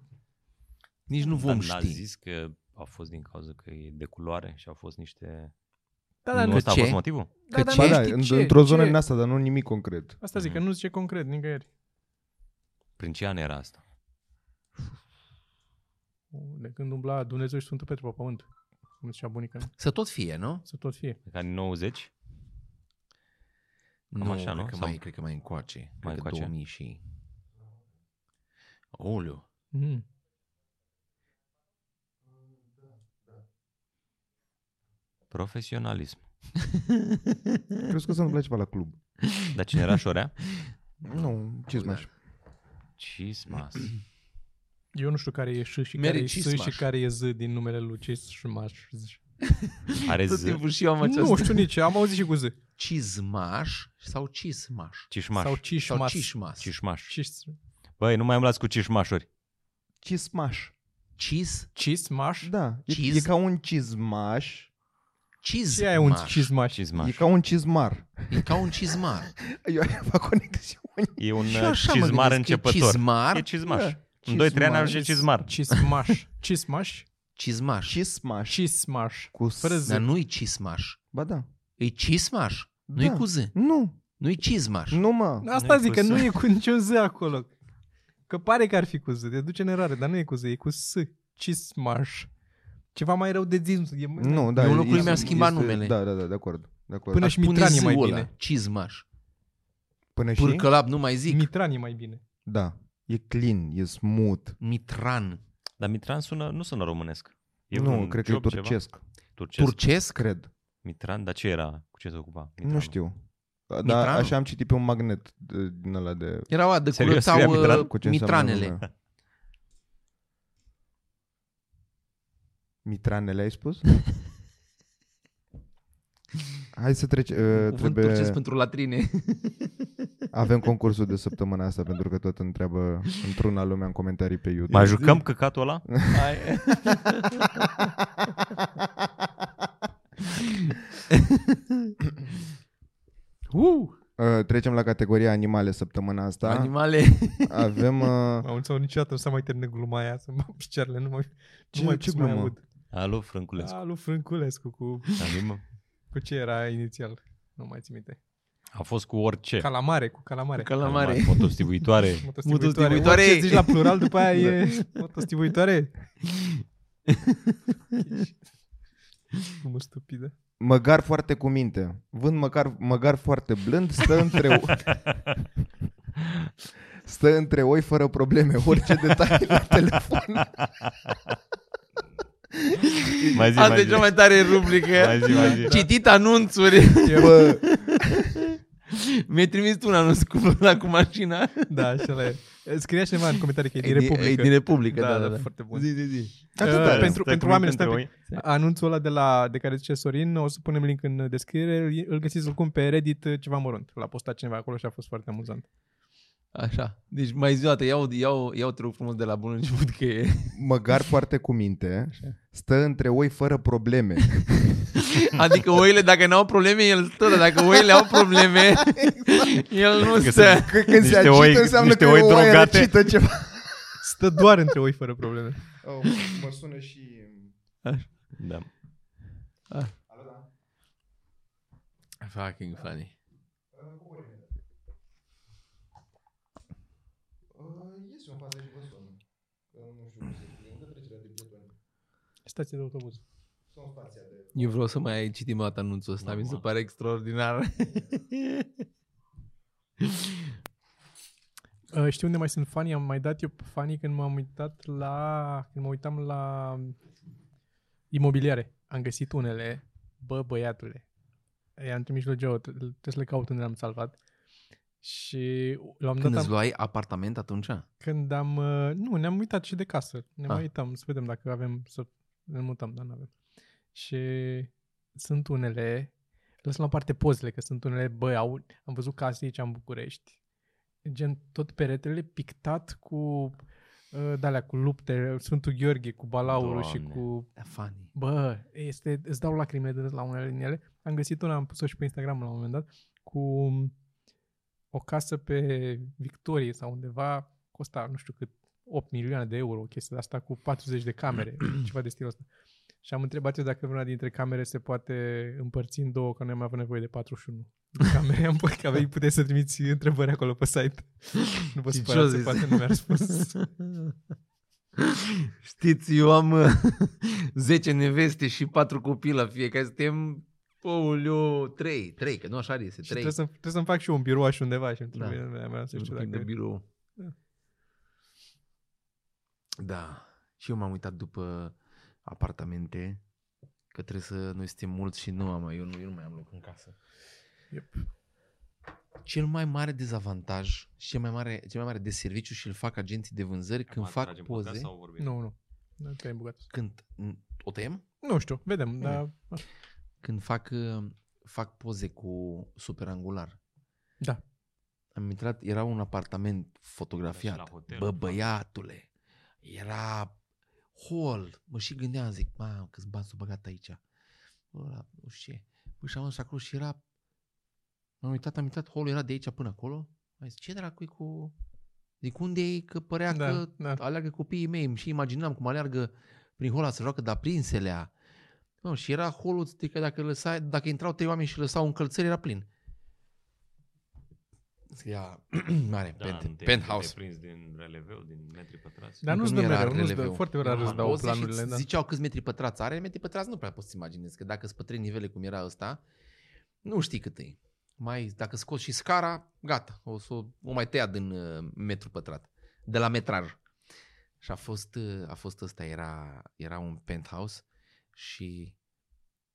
Speaker 2: Nici nu vom
Speaker 3: Dar n-a
Speaker 2: ști.
Speaker 3: zis că a fost din cauza că e de culoare și au fost niște...
Speaker 5: Da, da,
Speaker 3: nu
Speaker 5: nu,
Speaker 3: ăsta a
Speaker 2: ce?
Speaker 3: fost motivul?
Speaker 5: da, da,
Speaker 2: ce?
Speaker 5: nu
Speaker 1: Ba da,
Speaker 5: știi
Speaker 1: în-
Speaker 5: ce,
Speaker 1: într-o zonă
Speaker 5: ce.
Speaker 1: din asta, dar nu nimic concret.
Speaker 5: Asta zic, că
Speaker 3: Mhm.
Speaker 5: nu zice concret nicăieri.
Speaker 3: Prin ce an era asta?
Speaker 5: De când umbla Dumnezeu și Sfântul Petru pe pământ. Cum zicea bunica. mea.
Speaker 2: Să tot fie, nu?
Speaker 5: Să tot fie.
Speaker 3: Ca anii 90? Cam
Speaker 2: nu,
Speaker 3: așa,
Speaker 2: cred
Speaker 3: nu?
Speaker 2: Că
Speaker 3: Sau-
Speaker 2: mai, cred că mai încoace. Mai cred
Speaker 3: încoace?
Speaker 2: Că 2000 și... Oleu.
Speaker 5: Mm.
Speaker 3: Profesionalism.
Speaker 1: Crezi că să nu pleci ceva la club?
Speaker 3: Dar cine era șorea?
Speaker 1: Nu, ce mai
Speaker 3: Cismas.
Speaker 5: Eu nu știu care e ș și
Speaker 2: Mere
Speaker 5: care e s
Speaker 2: Cismaș.
Speaker 5: și care e z din numele lui Cismaș.
Speaker 3: Are
Speaker 2: Tot
Speaker 3: z...
Speaker 2: timpul și eu am această...
Speaker 5: Nu știu nici, am auzit și cu z.
Speaker 2: Cizmaș sau cismaș?
Speaker 3: Cișmaș.
Speaker 5: Sau
Speaker 2: Sau
Speaker 5: Cismaș.
Speaker 2: cismas.
Speaker 3: Cișmaș.
Speaker 5: Cis-
Speaker 3: Băi, nu mai umblați cu cișmașuri.
Speaker 1: Cismaș.
Speaker 2: Cis?
Speaker 5: Cismaș?
Speaker 1: Da, e,
Speaker 2: Ciz-
Speaker 1: e ca un cizmaș,
Speaker 2: Cizmaș.
Speaker 5: Ce e un cismaș?
Speaker 1: e
Speaker 3: Cizmaș.
Speaker 1: ca un cizmar.
Speaker 2: E ca un cizmar.
Speaker 1: Eu *laughs* fac conexiuni.
Speaker 3: E un
Speaker 2: Și
Speaker 3: uh,
Speaker 2: așa mă
Speaker 3: cizmar
Speaker 2: gândesc că e
Speaker 3: începător.
Speaker 2: cizmar.
Speaker 3: E cizmaș.
Speaker 1: Da,
Speaker 3: În 2-3 ani
Speaker 1: cizmar.
Speaker 3: ajunge cizmar.
Speaker 5: Cismaș. Cismaș?
Speaker 2: Cizmaș.
Speaker 1: Cismaș.
Speaker 5: Cismaș.
Speaker 1: Cu s-
Speaker 5: Fără z.
Speaker 2: Dar nu-i cismaș.
Speaker 1: Ba da.
Speaker 2: E cismaș. Nu-i
Speaker 1: Da.
Speaker 2: cu z.
Speaker 1: Nu,
Speaker 2: Nu-i cizmaș.
Speaker 1: nu mă.
Speaker 5: Asta
Speaker 3: Nu e
Speaker 5: zic,
Speaker 3: cu
Speaker 5: că
Speaker 3: s.
Speaker 5: nu e cu niciun z acolo. Că pare că ar fi cu z, te duce în eroare, dar nu e cu z, e cu s. Cismaș. Ceva mai rău de zis. E,
Speaker 1: Nu, da.
Speaker 2: Eu în locul lui
Speaker 1: este-
Speaker 2: mi-am schimbat
Speaker 1: este-
Speaker 2: numele.
Speaker 1: Da, da, da, de acord. De acord.
Speaker 5: Până
Speaker 1: Până,
Speaker 2: Aș
Speaker 5: și
Speaker 2: pune
Speaker 5: Mitran e mai
Speaker 2: Z-ul
Speaker 5: bine.
Speaker 2: ăla. Cizmaș.
Speaker 1: până și?
Speaker 2: Pârcălap, nu mai zic.
Speaker 5: Mitran e mai bine.
Speaker 1: Da. E clean, e smooth.
Speaker 2: Mitran.
Speaker 3: Dar Mitran sună, nu sună românesc. E
Speaker 1: nu,
Speaker 3: un
Speaker 1: cred că e
Speaker 3: job, ceva?
Speaker 1: turcesc.
Speaker 3: Turcesc.
Speaker 2: Turcesc?
Speaker 1: Cred.
Speaker 3: Mitran, dar ce era? Cu ce se ocupa? Mitran.
Speaker 1: Nu știu. Da, Dar
Speaker 2: Mitranul?
Speaker 1: așa am citit pe un magnet de- din ăla de...
Speaker 2: Erau de
Speaker 3: Serios,
Speaker 2: curățau
Speaker 3: scria Mitran?
Speaker 2: uh,
Speaker 1: Cu ce înseamnă
Speaker 2: mitranele.
Speaker 1: lumea. Mitranele ai spus? Hai să trece, uh,
Speaker 6: Cuvânt trebuie... turcesc
Speaker 1: trebuie,
Speaker 6: pentru latrine.
Speaker 1: avem concursul de săptămâna asta pentru că tot întreabă într-una lumea în comentarii pe YouTube.
Speaker 3: Mai jucăm căcatul ăla?
Speaker 6: Uh,
Speaker 1: Uh, trecem la categoria animale săptămâna asta.
Speaker 6: Animale.
Speaker 1: *laughs* Avem... Uh,
Speaker 5: Am înțeles niciodată nu s-a mai terminat gluma aia, să mă picioarele, nu mai,
Speaker 1: Ce-
Speaker 5: nu mai
Speaker 1: ce
Speaker 5: pot să mai
Speaker 1: glumă?
Speaker 5: aud.
Speaker 3: Alo, Frânculescu.
Speaker 5: A, lui Frânculescu, cu,
Speaker 3: Animă.
Speaker 5: cu ce era inițial? Nu mai țin minte.
Speaker 3: A fost cu orice.
Speaker 5: Calamare, cu calamare.
Speaker 6: Ca la mare.
Speaker 3: *laughs* Motostivuitoare.
Speaker 5: Motostivuitoare.
Speaker 6: Motostivuitoare.
Speaker 5: Orice zici la plural, după aia e motostivuitoare. Cum stupidă.
Speaker 1: măgar foarte cu minte. Vând măgar, măgar foarte blând, stă între...
Speaker 3: *laughs*
Speaker 1: stă între oi fără probleme. Orice detalii la telefon.
Speaker 3: *laughs* Mai zi,
Speaker 6: Asta
Speaker 3: mai
Speaker 6: e
Speaker 3: zi.
Speaker 6: cea mai tare rubrică.
Speaker 3: Mai zi, mai zi.
Speaker 6: Citit anunțuri.
Speaker 1: Bă,
Speaker 6: Mi-ai trimis tu un anunț cu la cu mașina.
Speaker 5: Da, așa la e. Scria cineva în comentarii că e din
Speaker 6: E din-
Speaker 5: Republică.
Speaker 6: E din Republică,
Speaker 5: da,
Speaker 6: da, da. da.
Speaker 5: foarte bun.
Speaker 6: Zi, zi, zi.
Speaker 5: Atâta,
Speaker 3: Da, Stai
Speaker 5: Da, pentru
Speaker 3: cu minte
Speaker 5: pentru oameni, stai un
Speaker 3: între
Speaker 5: pic. Da. Anunțul ăla de, la, de care zice Sorin, o să punem link în descriere, îl- îl găsiți oricum pe Reddit ceva mărunt. L-a postat cineva acolo și a fost foarte amuzant.
Speaker 6: Așa. Deci mai zi o dată, iau, iau, iau te rog frumos de la bun început că e...
Speaker 1: măgar foarte cu minte, stă între oi fără
Speaker 3: *laughs*
Speaker 1: probleme.
Speaker 6: Adică oile, dacă n-au probleme, el stă, dar dacă oile au probleme, el nu
Speaker 3: Că
Speaker 6: stă.
Speaker 1: Că când
Speaker 3: Niște
Speaker 1: se agită
Speaker 3: oi-
Speaker 1: înseamnă
Speaker 3: niște
Speaker 1: că
Speaker 3: oi
Speaker 1: e o oaie
Speaker 3: drogate.
Speaker 1: răcită ceva.
Speaker 5: Stă doar între oi fără probleme.
Speaker 1: Oh, mă sună și...
Speaker 3: Da.
Speaker 6: Fucking
Speaker 1: Uh,
Speaker 6: funny.
Speaker 5: Stație de autobuz.
Speaker 6: Eu vreau să mai citim o dată anunțul ăsta, mi se pare extraordinar.
Speaker 5: Uh, știu unde mai sunt fanii, am mai dat eu pe fanii când m-am uitat la... Când mă uitam la imobiliare. Am găsit unele, bă băiatule. I-am trimis lui Joe, tre- trebuie să le caut unde le-am salvat. Și l-am
Speaker 2: Când
Speaker 5: dat
Speaker 2: îți
Speaker 5: am,
Speaker 2: luai apartament atunci?
Speaker 5: când am... uh, Nu, ne-am uitat și de casă. Ne
Speaker 2: Ah.
Speaker 5: mai uitam să vedem dacă avem să ne mutăm, dar nu avem. Și sunt unele... Lăs la o parte pozele, că sunt unele, bă, au, am văzut case aici în București. Gen, tot peretele pictat cu uh, de-alea, cu lupte, Sfântul Gheorghe, cu balaurul și
Speaker 3: Doamne.
Speaker 5: cu
Speaker 2: Da, funny.
Speaker 5: Bă, este, îți dau lacrimile de râs la unele din ele. Am găsit una, am pus-o și pe Instagram la un moment dat, cu o casă pe Victorie sau undeva, costa nu știu cât, 8 milioane de euro, chestia de asta cu 40 de camere, ceva de stilul ăsta. Și am întrebat eu dacă vreuna dintre camere se poate împărți în două, că noi am avut nevoie de 41 de camere. Am păi că aveai, puteai să trimiți întrebări acolo pe site. Nu vă
Speaker 6: Și ce-o
Speaker 5: supărați,
Speaker 6: zis?
Speaker 5: poate nu mi-a răspuns.
Speaker 6: Știți, eu am uh,
Speaker 2: *laughs*
Speaker 6: 10 neveste și 4 copii la fiecare. Suntem, poliu, 3, 3, că nu așa este,
Speaker 5: și
Speaker 6: 3.
Speaker 5: trebuie, să, trebuie să-mi fac și eu un birou așa undeva și îmi
Speaker 6: Da.
Speaker 5: trebuie da. mea, să știu
Speaker 6: de
Speaker 5: dacă...
Speaker 6: birou.
Speaker 5: Da.
Speaker 2: Da. Și eu m-am uitat după apartamente, că trebuie să... Noi suntem mulți și nu am mai... Eu nu, eu nu mai am loc în casă.
Speaker 5: Yep.
Speaker 2: Cel mai mare dezavantaj și cel mai mare, cel mai mare deserviciu și îl fac agenții de vânzări când fac poze,
Speaker 5: Nu, nu. Nu te-ai îmbucat.
Speaker 2: când... O tăiem?
Speaker 5: Nu știu, vedem, dar...
Speaker 2: când fac, uh, fac poze cu superangular.
Speaker 5: Da.
Speaker 2: Am intrat, era un apartament
Speaker 3: Era și
Speaker 2: fotografiat.
Speaker 3: la hotel. da.
Speaker 2: Bă, băiatule, era hol. Mă și gândeam, zic, mamă, câți bani s-au băgat aici. Bă, la, nu știu ce. Bă, și am ajuns acolo și era... M-am uitat, am uitat, holul era de aici până acolo. Mai zic, ce dracu cu... Zic, unde e? Că părea da.
Speaker 5: Da,
Speaker 2: că
Speaker 5: da.
Speaker 2: aleargă copiii mei îmi și imaginam cum aleargă prin hola să joacă de aprinselea. Mă, și era holul, adică dacă, lăsai, dacă intrau trei oameni și lăsau încălțări, era plin. Scria *clears throat* mare,
Speaker 3: Da,
Speaker 2: pent,
Speaker 3: nu te-
Speaker 2: penthouse.
Speaker 3: Te prins din releveu, din metri pătrați.
Speaker 5: Dar
Speaker 2: Încă
Speaker 5: nu-ți
Speaker 2: nu
Speaker 5: dă
Speaker 2: era
Speaker 5: mereu, nu-ți dă,
Speaker 2: releveu.
Speaker 5: foarte rar
Speaker 2: Am
Speaker 5: îți dau
Speaker 2: poze și
Speaker 5: planurile,
Speaker 2: îți
Speaker 5: da.
Speaker 2: Ziceau câți metri pătrați are, metri pătrați nu prea poți să imaginezi, că dacă sunt pe trei nivele cum era ăsta, nu știi cât e. Mai, dacă scoți și scara, gata, o, să, o- o mai tăia din uh, metru pătrat, de la metrar. Și a fost, uh, a fost ăsta, era, era un penthouse și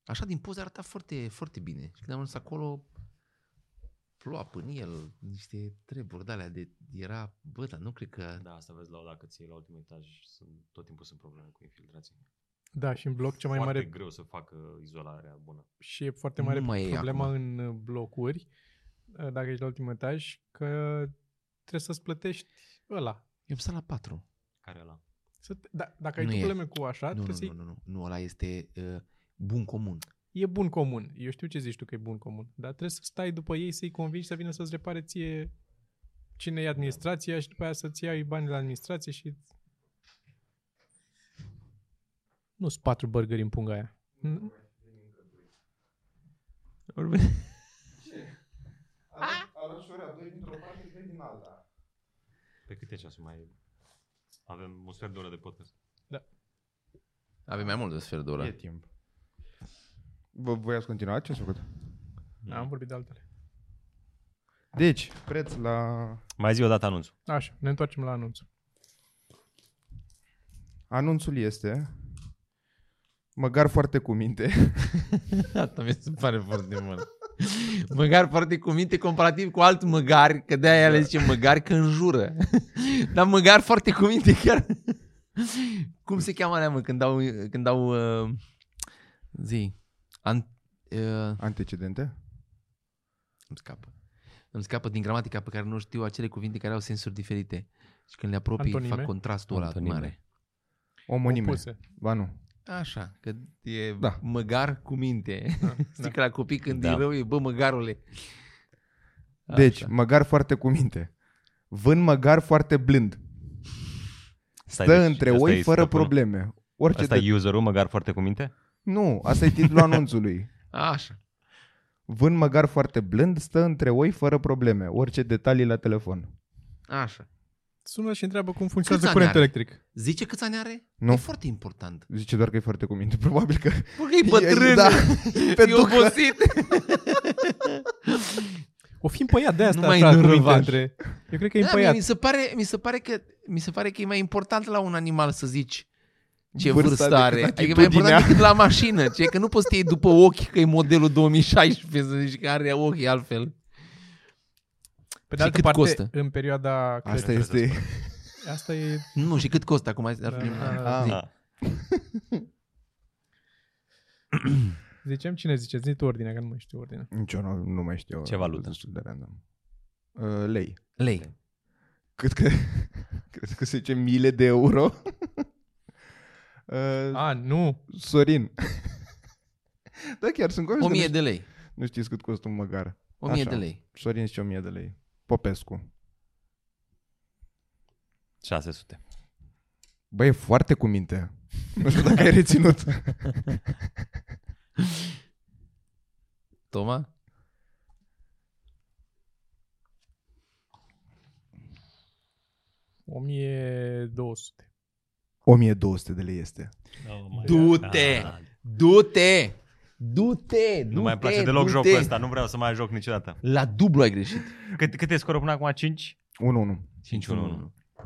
Speaker 2: așa din poze arăta foarte, foarte bine. Și când am ajuns acolo, ploua până el, niște treburi de alea de, era, bă, dar nu cred că da.
Speaker 3: Da, asta vezi la dacă ții la ultimul etaj, sunt, tot timpul sunt probleme cu infiltrații.
Speaker 5: Da, și în bloc cea mai
Speaker 3: Foarte
Speaker 5: mare
Speaker 3: greu să facă izolarea bună.
Speaker 5: și e foarte
Speaker 2: Nu
Speaker 5: mare
Speaker 2: mai e
Speaker 5: problema
Speaker 2: acum.
Speaker 5: în uh, blocuri, uh, dacă ești la ultimul etaj, că trebuie să-ți plătești ăla.
Speaker 2: Eu am stat la 4.
Speaker 3: Care ăla?
Speaker 5: Să, da, dacă ai
Speaker 2: Nu
Speaker 5: tu
Speaker 2: e.
Speaker 5: probleme cu așa,
Speaker 2: Nu,
Speaker 5: trebuie
Speaker 2: nu,
Speaker 5: să
Speaker 2: nu, nu, nu. Nu, ăla este uh, bun comun.
Speaker 5: E bun comun. Eu știu ce zici tu că e bun comun, dar trebuie să stai după ei să-i convingi să vină să-ți repare ție cine e administrația și după aia să-ți iei banii la administrație și... Nu-s patru burgeri în punga aia. N-
Speaker 1: Arășoarea, doi dintr-o parte, doi din alta.
Speaker 3: Pe câte ceasuri mai avem un sfert de oră de podcast?
Speaker 6: Avem mai mult de sfert de
Speaker 1: Da.
Speaker 6: oră.
Speaker 7: E timp.
Speaker 1: Vă voi ați continua ce ați făcut?
Speaker 2: Da.
Speaker 5: Am vorbit de altele.
Speaker 1: Deci, preț la
Speaker 3: Mai zi o dată anunțul.
Speaker 5: Așa, ne întoarcem la anunț.
Speaker 1: anunțul este măgar foarte cu minte.
Speaker 6: Asta Da, mi se pare foarte mult. *laughs* Măgar foarte cu minte comparativ cu alt măgar, că de-aia le zice măgar că înjură. *laughs* Dar măgar foarte cu minte chiar. *laughs* Cum se cheamă alea, mă, când dau... Când dau uh,
Speaker 2: Zi. An- uh,
Speaker 1: Antecedente?
Speaker 2: îmi scapă. Îmi scapă din gramatica pe care nu o știu acele cuvinte care au sensuri diferite. Și când le apropii,
Speaker 5: Antonime?
Speaker 2: fac contrastul ăla
Speaker 3: Antonime.
Speaker 2: mare.
Speaker 1: Omonime.
Speaker 5: Opuse.
Speaker 1: Ba nu.
Speaker 2: Așa, că e
Speaker 1: Da. Ah,
Speaker 2: măgar cu minte. *laughs*
Speaker 5: Da,
Speaker 2: Știi că la copii când
Speaker 3: Da.
Speaker 2: e rău e, bă, măgarule.
Speaker 1: Deci, măgar foarte cu minte. Vând măgar foarte blând.
Speaker 3: Stai,
Speaker 1: Stă
Speaker 3: deci,
Speaker 1: între
Speaker 3: ăsta
Speaker 1: oi
Speaker 3: e
Speaker 1: fără
Speaker 3: stăpânul.
Speaker 1: probleme. Orice
Speaker 3: Asta
Speaker 1: te...
Speaker 3: e userul, măgar foarte cu minte?
Speaker 1: Nu, asta e
Speaker 3: *laughs*
Speaker 1: titlul anunțului.
Speaker 2: Așa.
Speaker 1: Vând măgar foarte blând, stă între oi fără probleme. Orice detalii la telefon.
Speaker 2: Așa.
Speaker 5: Sună și întreabă cum funcționează
Speaker 2: ani
Speaker 5: curentul
Speaker 2: are?
Speaker 5: electric.
Speaker 2: Zice câți ani are?
Speaker 1: Nu.
Speaker 2: E foarte important.
Speaker 1: Zice doar că e foarte cu minte. *laughs* Probabil că...
Speaker 2: Bă, că e
Speaker 1: *laughs*
Speaker 2: bătrân.
Speaker 3: *laughs*
Speaker 1: Da,
Speaker 2: e
Speaker 1: pentru că... *laughs*
Speaker 2: obosit.
Speaker 5: O fi împăiat de asta
Speaker 2: mai
Speaker 5: așa, cu minte
Speaker 2: nărăvaș.
Speaker 5: între... Eu cred că e
Speaker 2: Da, mie,
Speaker 5: împăiat.
Speaker 2: mi, se pare, mi, se pare că, mi se pare că e mai important la un animal să zici ce
Speaker 1: Vârsta
Speaker 2: vârstă, vârstă
Speaker 1: decât
Speaker 2: are. Adică e mai
Speaker 1: atitudinea.
Speaker 2: important decât la mașină. Ce? Că nu poți să te iei după ochi că e modelul 2016 să zici că are ochii altfel.
Speaker 5: Pe
Speaker 2: și
Speaker 5: de altă
Speaker 2: cât
Speaker 5: parte,
Speaker 2: costă?
Speaker 5: în perioada... Asta,
Speaker 1: Asta este...
Speaker 5: asta e...
Speaker 2: Nu, și cât costă acum? Ar fi,
Speaker 5: Da, da, da.
Speaker 1: Ah.
Speaker 2: zi.
Speaker 3: Ah.
Speaker 5: Ziceam cine zice, zi tu ordinea, că nu mai știu ordinea.
Speaker 1: Nici eu nu, nu mai știu.
Speaker 3: Ce valută?
Speaker 1: Destul de random. Uh, lei.
Speaker 2: Lei.
Speaker 1: Cât că... *laughs* Cred că se zice mile de euro. *laughs* Uh,
Speaker 5: A, nu!
Speaker 1: Sorin. da, chiar sunt convins. că
Speaker 2: 1000
Speaker 1: nu,
Speaker 2: de lei.
Speaker 1: ști- nu știți cât costă un măgar.
Speaker 2: 1000
Speaker 1: Așa.
Speaker 2: de lei.
Speaker 1: Sorin zice 1000 de lei. Popescu.
Speaker 3: 600.
Speaker 1: Băi, e foarte cu minte. Nu știu dacă ai *laughs* reținut.
Speaker 2: Toma?
Speaker 5: O mie 1200.
Speaker 1: 1200 de lei este.
Speaker 3: Oh
Speaker 2: Du-te! Du-te! Du-te!
Speaker 3: Nu Ah, da. mai place deloc jocul ăsta, nu vreau să mai joc niciodată.
Speaker 2: La dublu ai greșit.
Speaker 3: Cât, cât e scorul până acum? 5?
Speaker 1: 1-1.
Speaker 3: 5-1-1.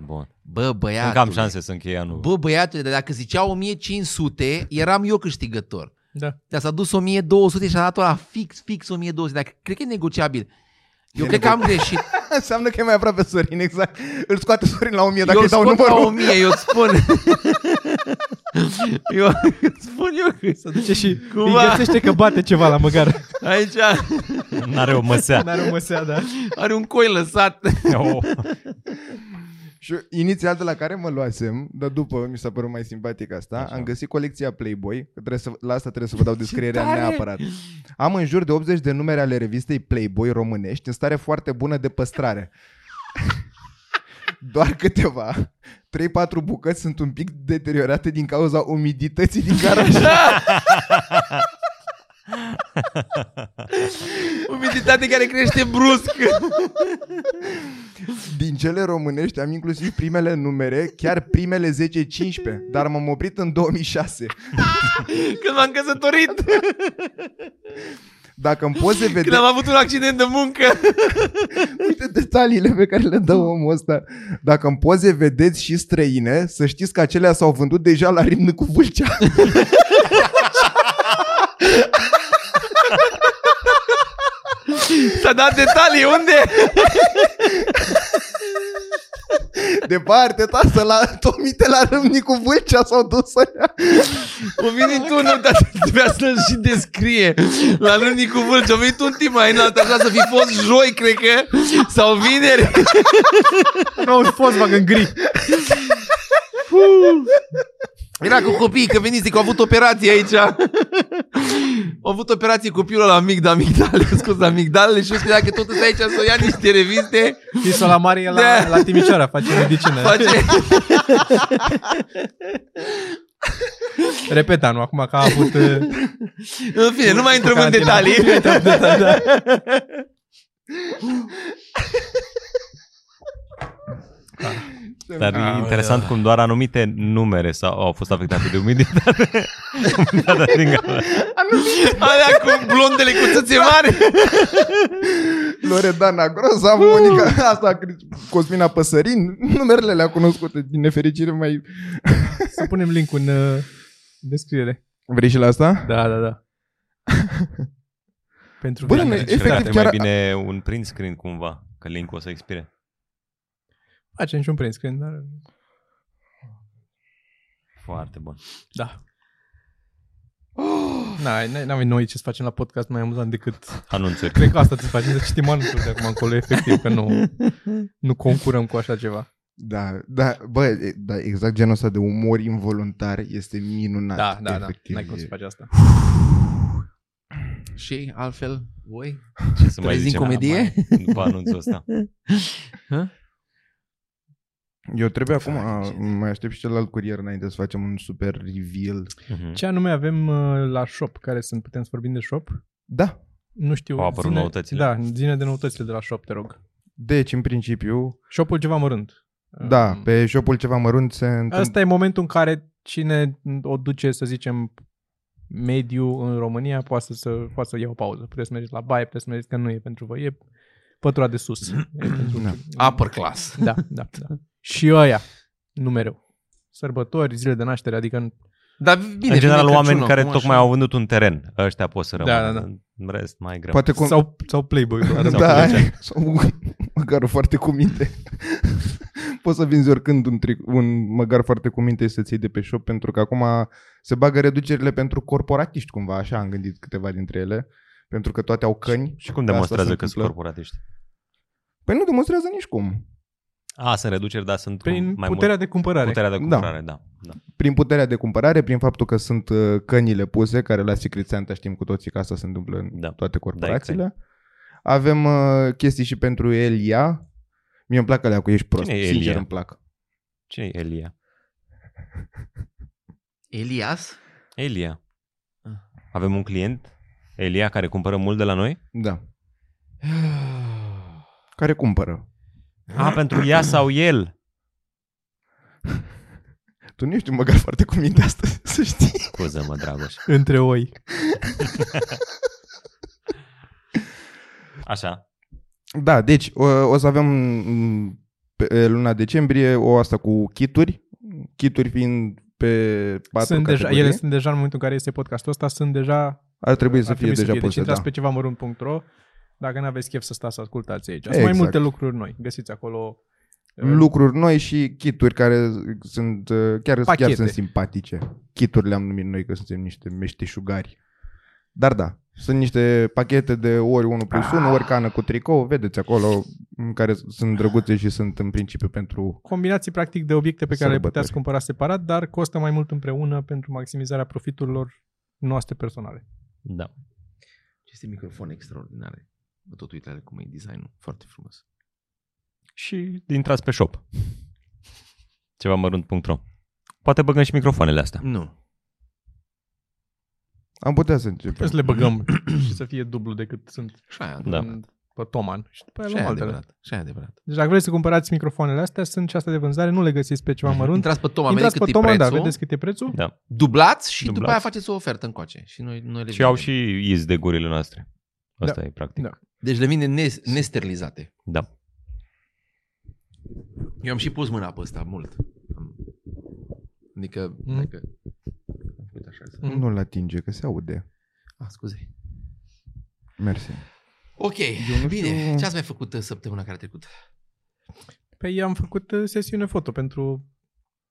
Speaker 3: Bun.
Speaker 2: Bă, băiatule.
Speaker 3: Încă am șanse să închei anul.
Speaker 2: Bă, băiatule, dar dacă zicea 1500, eram eu câștigător.
Speaker 5: Da.
Speaker 2: Dar s-a dus 1200 și a dat la fix, fix 1200. Dacă, cred că e negociabil. Eu cred că am
Speaker 3: *laughs*
Speaker 2: greșit.
Speaker 1: Înseamnă că e mai aproape Sorin, exact. Îl scoate Sorin la 1000 dacă
Speaker 2: eu
Speaker 1: îi dau
Speaker 2: scot
Speaker 1: numărul.
Speaker 2: la 1000, eu îți spun. *laughs* eu îți spun eu că
Speaker 5: Să duce și
Speaker 2: Cumva.
Speaker 5: îi găsește că bate ceva la
Speaker 2: *laughs*
Speaker 5: măgar.
Speaker 2: aici
Speaker 3: N-are o
Speaker 5: *laughs*
Speaker 3: măsea. Oh.
Speaker 5: N-are o măsea, da.
Speaker 2: are un coi lăsat.
Speaker 1: Și eu, inițial de la care mă luasem, dar după mi s-a părut mai simpatic asta, Așa. am găsit colecția Playboy, că trebuie să, la asta trebuie să vă
Speaker 2: *laughs*
Speaker 1: dau descrierea neapărat. Am în jur de 80 de numere ale revistei Playboy românești, în stare foarte bună de păstrare. *laughs* Doar câteva, 3-4 bucăți sunt un pic deteriorate din cauza umidității din
Speaker 2: *laughs*
Speaker 1: garaj.
Speaker 2: Umiditate care crește brusc.
Speaker 1: Din cele românești am inclusiv primele numere, chiar primele 10-15, dar m-am oprit în 2006.
Speaker 2: Când m-am căsătorit,
Speaker 1: Dacă în poze
Speaker 2: când
Speaker 1: vedeți...
Speaker 2: am avut un accident de muncă. *laughs*
Speaker 1: Uite detaliile pe care le dă omul ăsta. Dacă în poze vedeți și străine, să știți că acelea s-au vândut deja la rimn cu *laughs* Vâlcea.
Speaker 2: S-a dat detalii, unde?
Speaker 1: Departe, tasă, la Tomite la Râmnicu Vâlcea s-au dus să ia.
Speaker 2: O venit unul, dar *laughs* trebuia să-l și descrie la rândul cu vâlci. A venit un timp mai înalt, așa să fi fost joi, cred că, sau vineri.
Speaker 5: Nu au fost, fac în gri.
Speaker 2: Era cu copiii, că veniți, zic, au avut operație aici. Au avut operație cu piul la amigdale, amigdale, *laughs* scuze, amigdalele și eu spunea că tot e aici să ia niște reviste.
Speaker 5: Isola Mare e la,
Speaker 2: Da.
Speaker 5: la Timișoara, face medicină.
Speaker 2: Face...
Speaker 5: Repet anul, acum că a
Speaker 2: *laughs*
Speaker 5: avut... uh,
Speaker 2: În fine, nu mai intrăm în
Speaker 5: *laughs*
Speaker 2: detalii.
Speaker 5: da.
Speaker 3: Dar
Speaker 5: Da. Ah,
Speaker 3: e interesant cum doar anumite numere sau, au fost afectate de umiditate. *laughs* Umiditatea din gaură.
Speaker 2: Alea cu blondele cu țâțe mari.
Speaker 1: Loredana Groza, Monica, asta, Cri- Cosmina Păsărin, numerele le-a cunoscute, din nefericire mai...
Speaker 5: Să punem link în uh, descriere.
Speaker 1: Vrei și la asta?
Speaker 5: Da, da, da. *laughs* Pentru
Speaker 1: Bă,
Speaker 5: Bă,
Speaker 1: nu,
Speaker 5: ne...
Speaker 1: Efectiv,
Speaker 3: Efectiv,
Speaker 1: chiar-
Speaker 3: mai bine un print screen cumva, că link-ul o să expire.
Speaker 5: facem și un print screen, dar...
Speaker 3: Foarte bun.
Speaker 5: Da.
Speaker 1: Oh!
Speaker 5: Na, n- n-avem noi ce să facem la podcast mai amuzant decât...
Speaker 3: Anunțuri.
Speaker 5: Cred că asta trebuie să facem, să citim anunțuri de acum încolo, efectiv, că nu, nu concurăm cu așa ceva.
Speaker 1: Da, da, bă, e- da, exact genul ăsta de umor involuntar este minunat.
Speaker 5: Da, da, da,
Speaker 1: efectiv.
Speaker 5: n-ai cum să faci asta.
Speaker 2: Și altfel, voi?
Speaker 3: Ce să mai
Speaker 2: Trezim
Speaker 3: zicem
Speaker 2: comedie?
Speaker 3: acum, după anunțul
Speaker 1: *laughs*
Speaker 3: ăsta?
Speaker 1: Eu trebuie acum, a, mai aștept și celălalt curier înainte să facem un super reveal.
Speaker 3: Mhm.
Speaker 5: Ce anume avem uh, la shop? Care sunt? Putem să vorbim de shop?
Speaker 1: Da,
Speaker 5: Nu știu.
Speaker 3: Au apărut
Speaker 5: ține-
Speaker 3: noutățile?
Speaker 5: Da, zine de noutățile de la shop, te rog.
Speaker 1: deci în principiu,
Speaker 5: Shop-ul ceva mărunt.
Speaker 1: da,
Speaker 3: Mm.
Speaker 5: Um,
Speaker 1: pe shopul ceva mărunt se întâmplă...
Speaker 5: Asta e momentul în care cine o duce, să zicem, mediu în România, poate să, să, poate să ia o pauză. Puteți să mergeți la baie, puteți să mergeți că nu e pentru voi, e pătura de sus. E pentru...
Speaker 1: Da.
Speaker 2: Upper class.
Speaker 5: Da, da, da. Și ăia, nu mereu. Sărbători, zile de naștere, adică... în-
Speaker 2: Dar bine,
Speaker 3: în general,
Speaker 2: vine
Speaker 3: oameni
Speaker 2: Crăciunul
Speaker 3: care
Speaker 2: acum,
Speaker 3: tocmai
Speaker 2: așa.
Speaker 3: au vândut un teren, ăștia pot să rămână.
Speaker 5: da, da.
Speaker 3: În rest, mai e greu.
Speaker 1: Poate cum...
Speaker 5: Sau, sau Playboy.
Speaker 1: Da, sau măgar foarte cu minte. Poți să vinzi oricând un, tric, un măgar foarte cu minte să-ți iei de pe shop, pentru că acum se bagă reducerile pentru corporatiști, cumva, așa am gândit câteva dintre ele, pentru că toate au căni.
Speaker 3: Și cum
Speaker 1: Asta
Speaker 3: demonstrează
Speaker 1: se
Speaker 3: că sunt
Speaker 1: întâmplă.
Speaker 3: corporatiști?
Speaker 1: Păi nu demonstrează nici cum.
Speaker 3: A, sunt reduceri, dar sunt cu
Speaker 5: Prin
Speaker 3: mai
Speaker 5: puterea
Speaker 3: mult.
Speaker 5: de cumpărare.
Speaker 3: Puterea de
Speaker 1: Da.
Speaker 3: cumpărare, da. da.
Speaker 1: Prin puterea de cumpărare, prin faptul că sunt uh, cănile puse, care la Secret Santa știm cu toții că asta se întâmplă în
Speaker 3: Da.
Speaker 1: toate corporațiile. Avem uh, chestii și pentru Elia. Mie îmi plac alea cu ești prost.
Speaker 3: Cine e
Speaker 1: Sincer
Speaker 3: Elia?
Speaker 1: îmi plac.
Speaker 3: Cine e Elia?
Speaker 2: Elias?
Speaker 3: Elia. Avem un client, Elia, care cumpără mult de la noi?
Speaker 1: Da. Care cumpără.
Speaker 3: A, pentru ea sau el?
Speaker 1: Tu nu ești un măgar foarte cu minte astăzi, *laughs* să știi.
Speaker 3: Scuză-mă, Dragoș.
Speaker 5: Între oi.
Speaker 3: Așa.
Speaker 1: Da, deci o, o să avem m, pe luna decembrie o asta cu kituri, kituri fiind pe patru
Speaker 5: Sunt deja,
Speaker 1: categorii.
Speaker 5: ele sunt deja în momentul în care este podcastul ăsta, sunt deja
Speaker 1: Ar trebui să
Speaker 5: Ar
Speaker 1: fie deja
Speaker 5: Deci
Speaker 1: puse, da.
Speaker 5: intrați pe ceva mărunt.ro dacă nu aveți chef să stați să ascultați aici. Sunt
Speaker 1: Exact.
Speaker 5: mai multe lucruri noi. Găsiți acolo uh,
Speaker 1: Lucruri noi și kituri care sunt uh, chiar, chiar
Speaker 5: Pachete.
Speaker 1: sunt simpatice. Kituri le-am numit noi că suntem niște meșteșugari. Dar da, sunt niște pachete de ori 1 plus 1, ori cană cu tricou, vedeți acolo, în care sunt drăguțe și sunt în principiu pentru...
Speaker 5: combinații practic de obiecte pe care le
Speaker 1: Sărbători.
Speaker 5: puteți cumpăra separat, dar costă mai mult împreună pentru maximizarea profiturilor noastre personale.
Speaker 3: Da.
Speaker 2: *sighs* Aceste microfoane extraordinare. Mă tot uit la ele cum e designul. Foarte frumos.
Speaker 3: Și intrați pe shop. Ceva mărunt.ro Poate băgăm și microfoanele astea.
Speaker 2: Nu.
Speaker 1: Am putea să
Speaker 5: Trebuie
Speaker 1: începem.
Speaker 5: să le băgăm și să fie dublu decât sunt
Speaker 2: Și aia,
Speaker 3: Da.
Speaker 5: în- pe Toman. Și după aia
Speaker 2: și
Speaker 5: luăm
Speaker 2: aia
Speaker 5: altele.
Speaker 2: adevărat. Și aia adevărat.
Speaker 5: Deci dacă vreți să cumpărați microfoanele astea, sunt și astea de vânzare, nu le găsiți pe ceva mărunt.
Speaker 2: Intrați pe Toma,
Speaker 5: Intrați
Speaker 2: vedeți
Speaker 5: pe
Speaker 2: Mhm. cât e
Speaker 5: Toman, da,
Speaker 2: prețul,
Speaker 5: vedeți cât e prețul.
Speaker 3: Da.
Speaker 2: dublați și după
Speaker 3: Dublați.
Speaker 2: aia faceți o ofertă încoace. Și noi, noi le
Speaker 3: Și au
Speaker 2: vindem.
Speaker 3: și iz de gurile noastre. Asta e practic.
Speaker 5: Da.
Speaker 2: Deci le vinde nes- nesterilizate.
Speaker 3: Da.
Speaker 2: Eu am și pus mâna pe ăsta mult. Am- Adică,
Speaker 5: Mm.
Speaker 2: mm. adică... Am făcut așa. să-
Speaker 5: Mm.
Speaker 1: Nu-l atinge, că se aude.
Speaker 2: Ah, scuze.
Speaker 1: Mersi.
Speaker 2: Ok,
Speaker 1: nu
Speaker 2: bine.
Speaker 1: știu-
Speaker 2: Ce ați mai făcut uh, săptămâna care a trecut?
Speaker 5: Pe ei am făcut uh, sesiune foto pentru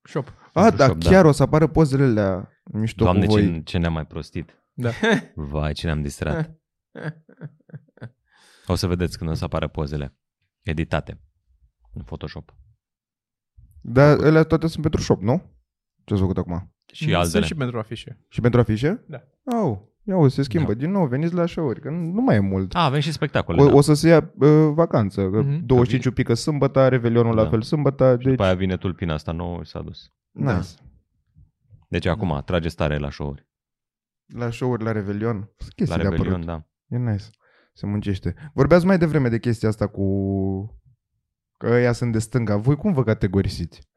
Speaker 5: shop.
Speaker 2: *laughs*
Speaker 1: A, da,
Speaker 3: Photoshop, da.
Speaker 1: chiar o să apară pozele alea mișto
Speaker 3: Doamne,
Speaker 1: cu voi.
Speaker 3: ce, ce ne-am mai prostit.
Speaker 5: Da.
Speaker 3: Vai, ce ne-am *laughs* distrat. O să vedeți când o să apară pozele editate în Photoshop.
Speaker 1: Dar Da, alea toate sunt pentru shop, nu? Ce ați făcut acum?
Speaker 3: Și
Speaker 5: Sunt
Speaker 3: altele.
Speaker 5: și pentru afișe.
Speaker 1: Și pentru afișe?
Speaker 5: Da.
Speaker 1: Au, ia o, se schimbă din nou, veniți la show-uri, că nu nu mai e mult.
Speaker 3: A, avem și spectacole.
Speaker 1: O,
Speaker 3: da.
Speaker 1: o să se ia uh, vacanță, că
Speaker 5: Mhm.
Speaker 1: 25 pică sâmbătă, Revelionul la
Speaker 3: Da.
Speaker 1: fel sâmbătă, deci...
Speaker 3: După da. aia vine tulpina asta nouă și s-a dus.
Speaker 2: Da.
Speaker 1: Nice.
Speaker 3: Deci acum, trageți tare la show-uri.
Speaker 1: La show-uri, la Revelion. Sunt
Speaker 3: La
Speaker 1: chestii de apărut.
Speaker 3: Rebelion, da.
Speaker 1: E nice. Se muncește. Vorbeați mai devreme de chestia asta cu... Că ăia sunt de stânga. Voi cum vă categorisiți?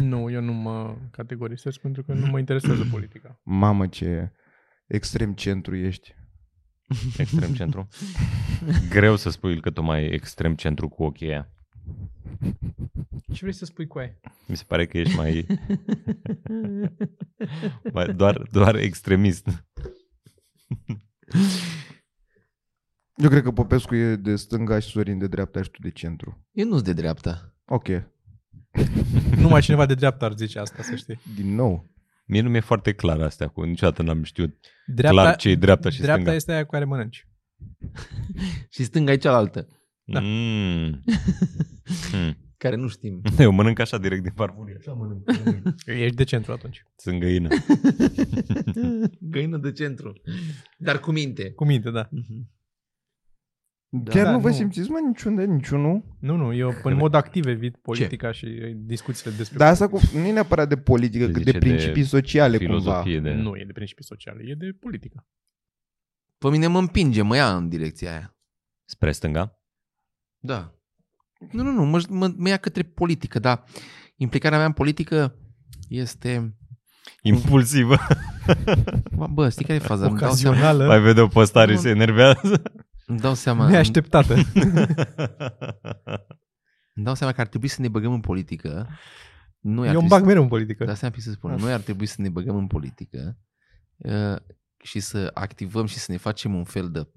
Speaker 5: Nu, eu nu mă categorisesc pentru că nu mă interesează politica.
Speaker 1: Mamă ce extrem centru ești.
Speaker 3: Extrem centru. Greu să spui că tu mai e extrem centru cu ochii aia.
Speaker 5: Ce vrei să spui cu aia?
Speaker 3: Mi se pare că ești mai... mai doar, doar extremist.
Speaker 1: Eu cred că Popescu e de stânga și Sorin de dreapta și tu de centru.
Speaker 2: Eu nu sunt de dreapta.
Speaker 1: Ok.
Speaker 5: Numai cineva de dreapta ar zice asta, să știi.
Speaker 1: Din nou.
Speaker 3: Mie nu mi-e foarte clar astea cu niciodată n-am știut.
Speaker 5: Dreapta,
Speaker 3: ce e dreapta și
Speaker 5: dreapta
Speaker 3: stânga.
Speaker 5: este aia cu care mănânci.
Speaker 2: Și stânga e cealaltă,
Speaker 3: Da. Mm. *laughs* Mm.
Speaker 2: care nu știm.
Speaker 3: Eu mănânc așa direct din farfurie.
Speaker 5: Ești de centru atunci.
Speaker 3: Sunt găină.
Speaker 2: *laughs* Găină de centru. Dar cu minte.
Speaker 5: Cu minte, da.
Speaker 1: Da, Chiar
Speaker 5: Da,
Speaker 1: da, nu vă
Speaker 5: nu.
Speaker 1: simțiți, mă, niciunde, niciunul?
Speaker 5: Nu, nu, eu în mod activ evit politica Ce? și eh, discuțiile despre
Speaker 3: Da.
Speaker 1: Dar asta cu, nu e neapărat de politică,
Speaker 3: Se
Speaker 1: cât de
Speaker 3: zice de
Speaker 1: principii sociale cumva.
Speaker 3: Filozofie de...
Speaker 5: Nu, e de principii sociale, e de politică.
Speaker 2: Pe mine mă împinge, mă ia în direcția aia.
Speaker 3: Spre stânga?
Speaker 2: Da. Nu, nu, nu, mă, mă, mă ia către politică, dar implicarea mea în politică este...
Speaker 3: Impulsivă.
Speaker 2: Bă, Bă, știi care e faza? Îmi dau seama,
Speaker 3: Mai
Speaker 5: Ocazională,
Speaker 3: vede o postare și
Speaker 2: Nu.
Speaker 3: se enervează.
Speaker 2: îmi dau seama, îmi
Speaker 5: neașteptată.
Speaker 2: îmi dau seama că ar trebui să ne băgăm în politică. Nu ar
Speaker 5: Eu
Speaker 2: trebui
Speaker 5: îmi bag
Speaker 2: să-
Speaker 5: mereu în politică.
Speaker 1: Adică
Speaker 2: Dar asta am fi să spun. Noi ar trebui să ne băgăm în politică uh, și să activăm și să ne facem un fel de,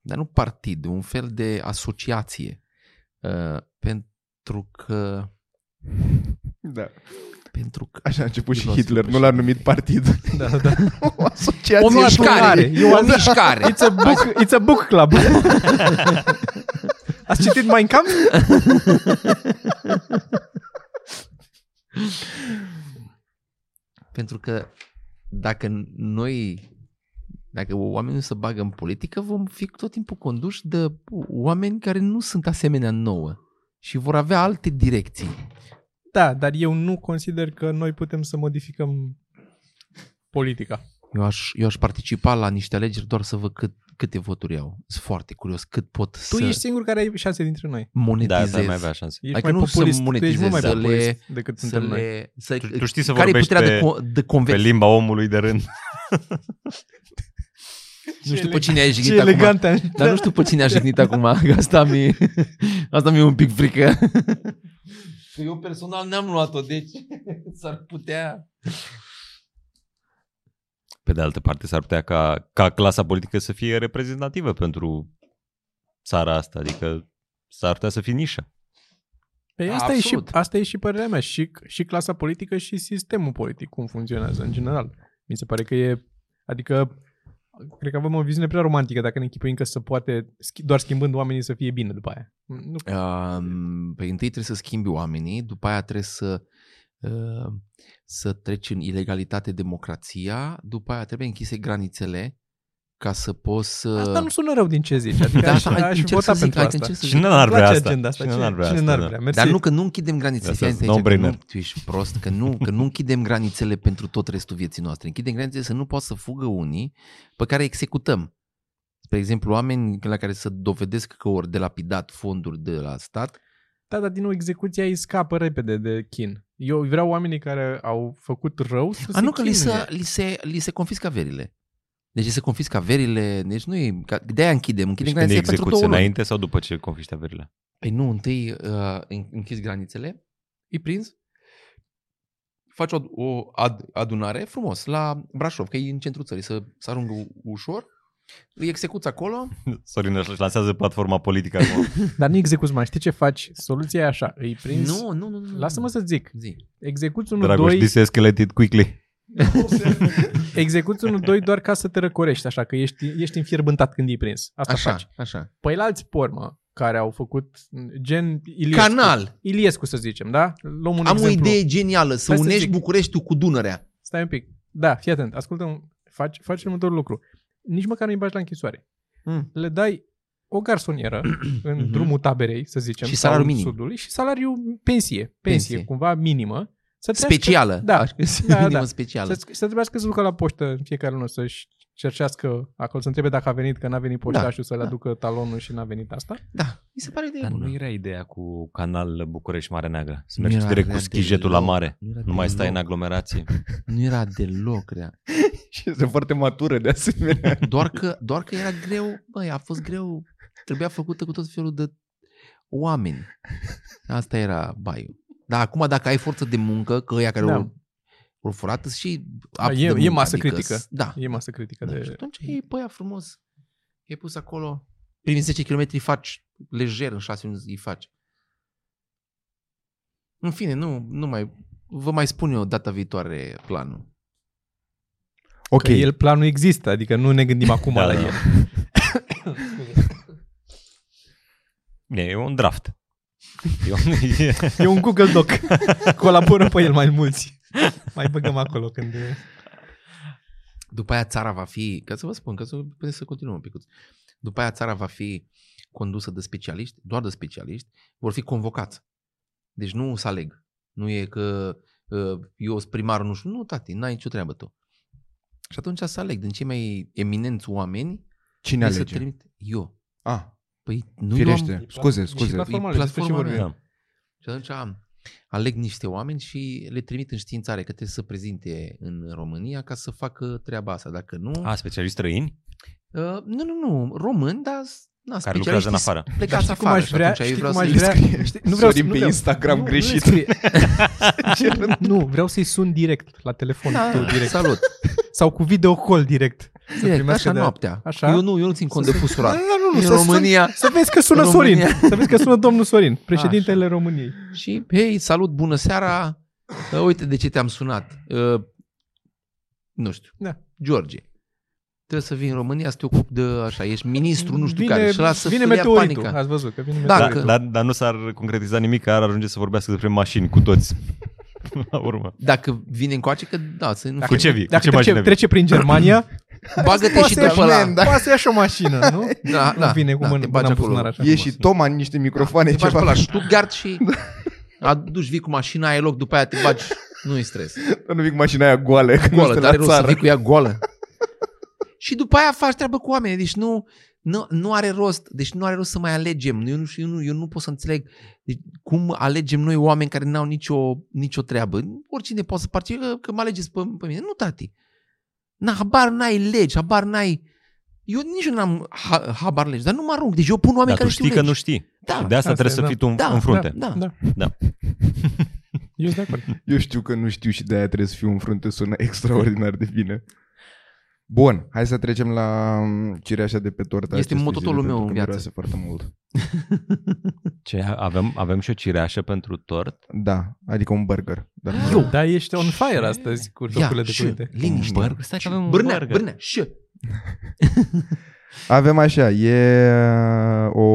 Speaker 2: dar nu partid, un fel de asociație. Uh, pentru că,
Speaker 1: Da.
Speaker 2: pentru că
Speaker 1: Așa a început și
Speaker 2: Filozof,
Speaker 1: Hitler, nu l-a numit Păi, partid.
Speaker 5: Da, da.
Speaker 1: *laughs* o asociație.
Speaker 2: o mișcare,
Speaker 5: adunare, e
Speaker 2: o
Speaker 1: Da.
Speaker 2: mișcare.
Speaker 5: It's a book, it's a book *laughs* club. Ați citit Mein Kampf?
Speaker 2: Pentru că dacă noi, dacă oamenii nu se bagă în politică, vom fi tot timpul conduși de oameni care nu sunt asemenea nouă și vor avea alte direcții.
Speaker 5: Da, dar eu nu consider că noi putem să modificăm politica.
Speaker 2: Eu aș, eu aș participa la niște alegeri doar să văd cât, câte voturi au. Sunt foarte curios cât pot
Speaker 5: Tu
Speaker 2: să
Speaker 5: ești singur care ai șanse dintre noi.
Speaker 3: Da,
Speaker 2: monetizez.
Speaker 3: da, mai avea șanse.
Speaker 5: Ești
Speaker 2: Adică
Speaker 5: mai
Speaker 2: nu să
Speaker 5: populist. Tu ești mult
Speaker 2: monetizez,
Speaker 5: mai
Speaker 2: să
Speaker 5: populist
Speaker 2: le-
Speaker 5: decât
Speaker 2: să
Speaker 5: suntem noi.
Speaker 2: le, să,
Speaker 3: Tu- tu știi să
Speaker 2: care e
Speaker 3: vorbești
Speaker 2: puterea de,
Speaker 3: pe-
Speaker 2: co- de
Speaker 3: Pe
Speaker 2: convers.
Speaker 3: limba omului de rând.
Speaker 2: Nu știu pe
Speaker 5: elegant.
Speaker 2: cine ai
Speaker 5: Ce
Speaker 2: jignit acum.
Speaker 5: elegant am
Speaker 2: Dar nu știu pe cine a
Speaker 3: *laughs*
Speaker 2: jignit acum, că asta mi asta mi-e un pic frică. Că Păi eu personal n-am luat-o, deci *laughs* s-ar putea...
Speaker 3: Pe de altă parte, s-ar putea ca, ca clasa politică să fie reprezentativă pentru țara asta, adică s-ar putea să fie nișă.
Speaker 5: Păi asta, e și,
Speaker 2: Absolut.
Speaker 5: asta e și părerea mea, și, și clasa politică și sistemul politic, cum funcționează în general. Mi se pare că e, adică, cred că avem o viziune prea romantică dacă ne închipuim că se poate, schi- doar schimbând oamenii să fie bine după aia. Nu,
Speaker 2: Um, păi întâi trebuie să schimbi oamenii, după aia trebuie să, uh, să treci în ilegalitate democrația, după aia trebuie închise granițele ca să poți să...
Speaker 5: asta nu sună rău din
Speaker 2: *laughs*
Speaker 5: ce zici, adică da, aș,
Speaker 2: hai,
Speaker 5: aș
Speaker 2: Ă. încerc
Speaker 5: vota
Speaker 2: să zic,
Speaker 5: pentru
Speaker 2: hai că
Speaker 5: asta.
Speaker 2: încerc să zic.
Speaker 3: Cine n-ar
Speaker 5: Îmi
Speaker 3: vrea
Speaker 5: place
Speaker 3: asta?
Speaker 5: agenda asta.
Speaker 3: Cine n-ar vrea
Speaker 5: Cine
Speaker 3: asta?
Speaker 5: n-ar
Speaker 3: da.
Speaker 5: vrea? Mersi.
Speaker 2: Dar nu că nu închidem granițele.
Speaker 3: Asta
Speaker 2: Stai
Speaker 3: sunt
Speaker 2: aici, că nu,
Speaker 3: no-brainer.
Speaker 2: tu ești prost, că nu, că nu închidem granițele pentru tot restul vieții noastre. Închidem granițele să nu poată să fugă unii pe care executăm. Spre exemplu, oameni la care să dovedesc că ori de lapidat fonduri de la stat.
Speaker 5: Da, dar din nou execuția îi scapă repede de chin. Eu vreau oamenii care au făcut rău să
Speaker 2: A,
Speaker 5: se
Speaker 2: nu că li
Speaker 5: chinuie.
Speaker 2: se, li, se, li se confiscă averile. Deci li se confiscă averile, deci nu e, ca- de-aia închidem, închidem
Speaker 3: Deci când
Speaker 2: granițele
Speaker 3: e
Speaker 2: pentru
Speaker 3: execuție,
Speaker 2: două luni.
Speaker 3: înainte sau după ce confiște *laughs* averile?
Speaker 2: Păi nu, întâi uh, în- închizi granițele, îi prins, faci o, o ad, adunare frumos la Brașov, că e în centrul țării, să, să arungă u- ușor Îi execuți acolo?
Speaker 3: Sorin își lansează platforma politică acum.
Speaker 5: Dar nu execuți mai. Știi ce faci? Soluția e așa. Îi prinzi...
Speaker 2: Nu, nu, nu. nu
Speaker 5: Lasă-mă să zic.
Speaker 2: Zi.
Speaker 5: Execuți unul,
Speaker 3: Dragoș,
Speaker 5: doi,
Speaker 3: disescalate it quickly.
Speaker 5: *laughs* execuți unul, doi doar ca să te răcorești, așa, că ești, ești înfierbântat când e prins. Asta
Speaker 2: Așa,
Speaker 5: faci.
Speaker 2: așa.
Speaker 5: Păi la alți pormă care au făcut m, gen Iliescu.
Speaker 2: Canal.
Speaker 5: Iliescu, să zicem, da? Luăm un
Speaker 2: Am
Speaker 5: exemplu.
Speaker 2: o idee genială, să
Speaker 5: Hai să
Speaker 2: unești
Speaker 5: zic.
Speaker 2: Bucureștiul cu Dunărea.
Speaker 5: Stai un pic. Da, fii atent. Ascultă, faci, faci următorul lucru. Nici măcar nu-i bagi la închisoare.
Speaker 2: Mm.
Speaker 5: Le dai o
Speaker 2: *clears throat*
Speaker 5: garsonieră în
Speaker 2: Mhm.
Speaker 5: drumul taberei, să zicem,
Speaker 2: Și
Speaker 5: sau
Speaker 2: salariu
Speaker 5: în
Speaker 2: minim.
Speaker 5: sudului și salariu pensie, pensie,
Speaker 2: Pensie.
Speaker 5: cumva minimă. Să trăiască-
Speaker 2: Specială.
Speaker 5: Da,
Speaker 2: Aș-
Speaker 5: da, da.
Speaker 2: *laughs* minimă specială.
Speaker 5: Să, să trebuiască să ducă la poștă în fiecare lună să-și cercească acolo, să întrebe dacă a venit, că n-a venit poștașul, să le
Speaker 2: da.
Speaker 5: aducă talonul și n-a venit asta.
Speaker 2: Da, mi se pare o idee
Speaker 3: Dar
Speaker 2: bună.
Speaker 3: nu era ideea cu canal București Marea Neagră. Să mergi
Speaker 2: Nu era
Speaker 3: direct cu
Speaker 2: rea
Speaker 3: schijetul la
Speaker 2: deloc.
Speaker 3: mare.
Speaker 2: Nu era
Speaker 3: Nu mai
Speaker 2: deloc.
Speaker 3: stai în aglomerație.
Speaker 2: Nu era deloc rea.
Speaker 1: Și este foarte matură de asemenea.
Speaker 2: Doar că, doar că era greu, băi, a fost greu. Trebuia făcută cu tot felul de oameni. Asta era baiul. Dar acum dacă ai forță de muncă, că ăia care
Speaker 5: Da.
Speaker 2: au au furat, sunt și
Speaker 5: Da,
Speaker 2: apt
Speaker 5: e-
Speaker 2: de
Speaker 5: e
Speaker 2: muncă,
Speaker 5: masă
Speaker 2: adică,
Speaker 5: critică.
Speaker 2: s- Da.
Speaker 5: E masă critică
Speaker 2: da.
Speaker 5: de... mm.
Speaker 2: Și atunci e băia frumos. E pus acolo. Primii 10 km faci lejer în 6 luni îi faci. În fine, nu, nu mai... Vă mai spun eu data viitoare planul.
Speaker 1: Ok.
Speaker 5: Că el planul există, adică nu ne gândim acum
Speaker 3: Da,
Speaker 5: la
Speaker 3: da,
Speaker 5: el.
Speaker 3: da. Bine, E un draft. E un, *laughs* e,
Speaker 5: E un Google Doc. *laughs* Colaboră pe el mai mulți. Mai băgăm acolo când...
Speaker 2: După aia țara va fi, ca să vă spun, ca să puteți să continuăm un picuț. După aia țara va fi condusă de specialiști, doar de specialiști, vor fi convocați. Deci nu să aleg. Nu e că uh, eu sunt primarul, nu știu. Nu, tati, n-ai nicio treabă tu. Și atunci să aleg din cei mai eminenți oameni
Speaker 1: Cine
Speaker 2: să
Speaker 1: alege?
Speaker 2: trimit eu.
Speaker 1: Ah,
Speaker 2: Păi nu eu am...
Speaker 1: firește. Scuze,
Speaker 5: Și
Speaker 1: scuze.
Speaker 5: platforma
Speaker 2: E
Speaker 5: lui, despre ce
Speaker 2: platforma lui.
Speaker 5: vorbim.
Speaker 3: da.
Speaker 2: Și atunci am, aleg niște oameni și le trimit în științare că trebuie să prezinte în România ca să facă treaba asta. Dacă nu...
Speaker 3: A, specialiști străini
Speaker 2: Uh, nu, nu, nu, români, dar s- na,
Speaker 3: care lucrează în
Speaker 2: specialiștii
Speaker 3: afară.
Speaker 2: Plecați
Speaker 5: Cum
Speaker 2: afară
Speaker 5: aș
Speaker 2: și
Speaker 5: vrea,
Speaker 2: atunci eu
Speaker 5: știi
Speaker 2: vreau
Speaker 5: cum
Speaker 2: să
Speaker 5: aș
Speaker 2: le
Speaker 5: vrea, știi, nu vreau să,
Speaker 1: Sorin
Speaker 5: nu
Speaker 1: pe
Speaker 5: vreau,
Speaker 1: Instagram
Speaker 5: nu,
Speaker 1: greșit.
Speaker 5: Nu,
Speaker 2: *laughs*
Speaker 5: îi scrie. nu, vreau să-i sun direct la telefon,
Speaker 2: Da,
Speaker 5: tu, direct.
Speaker 2: Salut.
Speaker 5: Sau cu video call direct. Să
Speaker 2: Direct,
Speaker 5: primească
Speaker 2: așa
Speaker 5: de-
Speaker 2: noaptea.
Speaker 5: Așa?
Speaker 2: Eu nu, eu nu țin cont de fusul
Speaker 5: Da, da,
Speaker 2: orar.
Speaker 5: nu, nu,
Speaker 2: În
Speaker 5: să sun-
Speaker 2: România.
Speaker 5: Să vezi că sună
Speaker 2: În
Speaker 5: Sorin.
Speaker 2: România.
Speaker 5: Să vezi că sună domnul Sorin, președintele României.
Speaker 2: Și, hei, salut, bună seara. Uh, uite de ce te-am sunat. Uh, nu știu.
Speaker 5: Da.
Speaker 2: George. Trebuie să vii în România să te ocupi de așa, ești ministru, nu știu
Speaker 5: vine,
Speaker 2: care, și lasă
Speaker 5: vine
Speaker 2: să le ia
Speaker 5: meteoritul,
Speaker 2: panica.
Speaker 5: ați văzut că vine
Speaker 2: Da,
Speaker 5: meteoritul.
Speaker 3: Dar,
Speaker 2: că-
Speaker 3: dar, dar nu s-ar concretiza nimic, că ar ajunge să vorbească despre mașini cu toți. *laughs* La urmă.
Speaker 2: Dacă vine încoace, că da, să nu
Speaker 5: Dacă-
Speaker 3: Cu ce vii? Cu
Speaker 5: Dacă
Speaker 3: ce mașină
Speaker 5: trece,
Speaker 3: vii?
Speaker 5: trece prin Germania,
Speaker 2: Bagă-te și după la...
Speaker 5: da. poate să ia și o mașină, nu?
Speaker 2: Da,
Speaker 5: Nu
Speaker 2: da,
Speaker 5: vine cu
Speaker 2: da,
Speaker 5: mână,
Speaker 2: te
Speaker 5: mâna
Speaker 2: bagi
Speaker 5: în
Speaker 2: acolo.
Speaker 5: buzunar așa.
Speaker 1: E și Toma în niște microfoane
Speaker 2: Te bagi pe
Speaker 1: ceva.
Speaker 2: la Stuttgart și aduci, vii cu mașina, ai loc, după aia te bagi, nu-i
Speaker 1: *laughs*
Speaker 2: stres.
Speaker 1: Nu vii cu mașina aia goală, că nu
Speaker 2: Goală,
Speaker 1: este
Speaker 2: dar are
Speaker 1: la
Speaker 2: rost să
Speaker 1: țară.
Speaker 2: vii cu ea goală. *laughs* și după aia faci treabă cu oamenii, deci nu, nu, nu are rost, deci nu are rost să mai alegem. Eu nu, știu- eu nu, eu nu pot să înțeleg deci, cum alegem noi oameni care n-au nicio, nicio treabă. Oricine poate să participe, că, că mă alegeți pe, pe mine. Nu, tati. Na, habar n-ai legi, habar n-ai... Eu nici nu am ha, habar legi, dar nu mă arunc. Deci eu pun oameni
Speaker 3: Dar tu
Speaker 2: care
Speaker 3: știi
Speaker 2: știu
Speaker 3: că
Speaker 2: legi.
Speaker 3: nu știi.
Speaker 2: Da,
Speaker 3: De asta
Speaker 5: Asta
Speaker 3: trebuie
Speaker 5: e,
Speaker 3: să
Speaker 5: da.
Speaker 3: fii tu în-
Speaker 2: Da,
Speaker 3: în frunte.
Speaker 2: da, da.
Speaker 5: Da.
Speaker 3: Da.
Speaker 5: *laughs* Eu sunt de acord.
Speaker 1: Eu știu că nu știu și de aia trebuie să fiu în frunte, sună extraordinar de bine. Bun, hai să trecem la um, cireașa de pe torta.
Speaker 2: Este
Speaker 1: acestei
Speaker 2: mototorul
Speaker 1: zile,
Speaker 2: meu
Speaker 1: pentru
Speaker 2: în
Speaker 1: că
Speaker 2: viață.
Speaker 1: miroase foarte mult.
Speaker 3: Ce, avem, avem și o cireașă pentru tort?
Speaker 1: Da, adică un burger. Dar mă
Speaker 5: Eu.
Speaker 1: rog.
Speaker 5: Dar ești on fire astăzi cu jocurile de cuvinte.
Speaker 2: liniște.
Speaker 1: Burger.
Speaker 3: Stai că avem un
Speaker 2: Bârnea,
Speaker 3: burger.
Speaker 2: bârnea, și.
Speaker 1: Avem așa, e o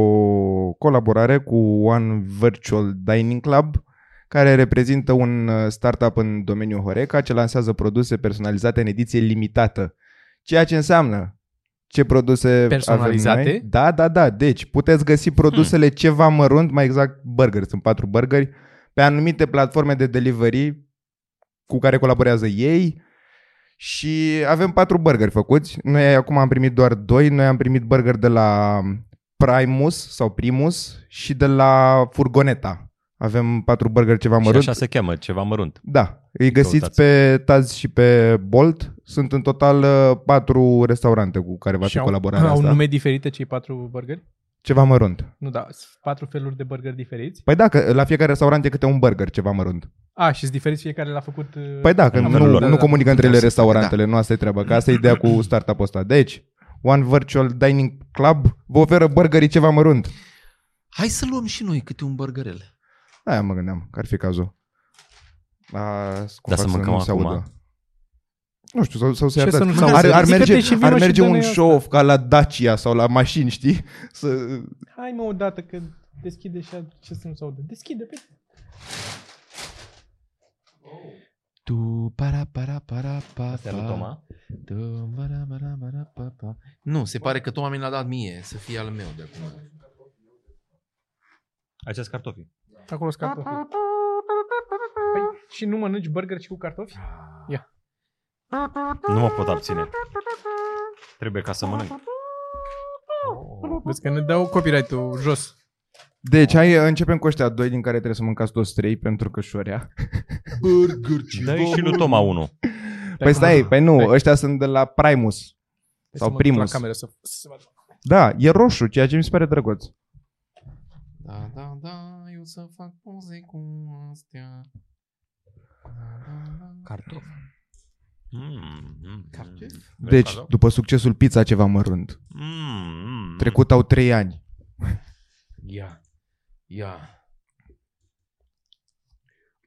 Speaker 1: colaborare cu One Virtual Dining Club, care reprezintă un uh, startup în domeniul Horeca ce lansează produse personalizate în ediție limitată. Ceea ce înseamnă ce produse
Speaker 5: Personalizate?
Speaker 1: Avem noi. Da, da, da. Deci puteți găsi produsele hmm. ceva mărunt, mai exact burgeri, sunt patru burgeri, pe anumite platforme de delivery cu care colaborează ei și avem patru burgeri făcuți. Noi acum am primit doar doi. Noi am primit burger de la Primus sau Primus și de la Furgoneta. Avem patru burgeri ceva
Speaker 3: Și
Speaker 1: mărunt.
Speaker 3: așa se cheamă, ceva mărunt.
Speaker 1: Da, îi găsiți
Speaker 3: Căutați.
Speaker 1: pe Taz și pe Bolt. Sunt în total uh, patru restaurante cu care va fi
Speaker 5: Și au,
Speaker 1: colaborarea
Speaker 5: au
Speaker 1: asta.
Speaker 5: nume diferite cei patru burgeri?
Speaker 1: Ceva mărunt.
Speaker 5: Nu, da, sunt patru feluri de burgeri diferiți.
Speaker 1: Păi da, că la fiecare restaurant e câte un burger ceva mărunt.
Speaker 5: A, și sunt diferiți fiecare l-a făcut... uh,
Speaker 1: Păi da, că
Speaker 5: în
Speaker 1: nu,
Speaker 5: felul
Speaker 1: nu,
Speaker 5: lor. Da.
Speaker 1: nu comunică între ele
Speaker 2: Puteau să-
Speaker 1: restaurantele, nu asta e treaba, că asta e ideea cu startup-ul ăsta. Deci, One Virtual Dining Club vă oferă burgerii ceva mărunt.
Speaker 2: Hai să luăm și noi câte un burgerel.
Speaker 1: Aia mă gândeam că ar fi cazul. A,
Speaker 3: Dar să mâncăm
Speaker 1: nu se
Speaker 3: acum?
Speaker 1: audă. Nu știu, sau, sau se
Speaker 5: Ce să
Speaker 1: ar,
Speaker 5: nu se audă?
Speaker 1: ar, ar
Speaker 5: Ridică-te
Speaker 1: merge,
Speaker 5: și vino
Speaker 1: ar
Speaker 5: și
Speaker 1: merge
Speaker 5: dă-ne
Speaker 1: un
Speaker 5: asta.
Speaker 1: show-off ca la Dacia sau la mașini, știi? Să,
Speaker 5: Hai mă odată că deschide și a- ce să nu se audă. Deschide păi. pe...
Speaker 2: Tu para para para pa.
Speaker 3: Astea lui Toma?
Speaker 2: Tu para para para pa, pa. Nu, se pare că Toma mi l-a dat mie să fie al meu de acum.
Speaker 3: Această cartofi.
Speaker 5: Acolo sunt cartofi. Păi, și nu mănânci burger și cu cartofi?
Speaker 3: Nu mă pot abține. Trebuie ca să mănânc.
Speaker 5: Vezi că ne dau copyright-ul jos.
Speaker 1: Deci, hai, începem cu ăștia doi din care trebuie să mâncați toți trei pentru că șorea.
Speaker 2: Burger și
Speaker 3: Dai și lui Toma unul.
Speaker 1: Păi stai, păi nu,
Speaker 5: Hai.
Speaker 1: ăștia sunt de la Primus. sau
Speaker 5: Să mă duc
Speaker 1: Primus.
Speaker 5: La cameră să, să se vadă.
Speaker 1: Da, e roșu, ceea ce mi se pare drăguț.
Speaker 2: Da, da, da, eu să fac poze cu astea. Da,
Speaker 6: Cartof.
Speaker 3: Mm, mm,
Speaker 2: Cartofi?
Speaker 3: mm. Vrei
Speaker 1: Deci,
Speaker 3: cartofi?
Speaker 1: după succesul pizza ceva mărunt,
Speaker 3: Mm, mm,
Speaker 1: trecut au trei ani.
Speaker 2: Ia, ia.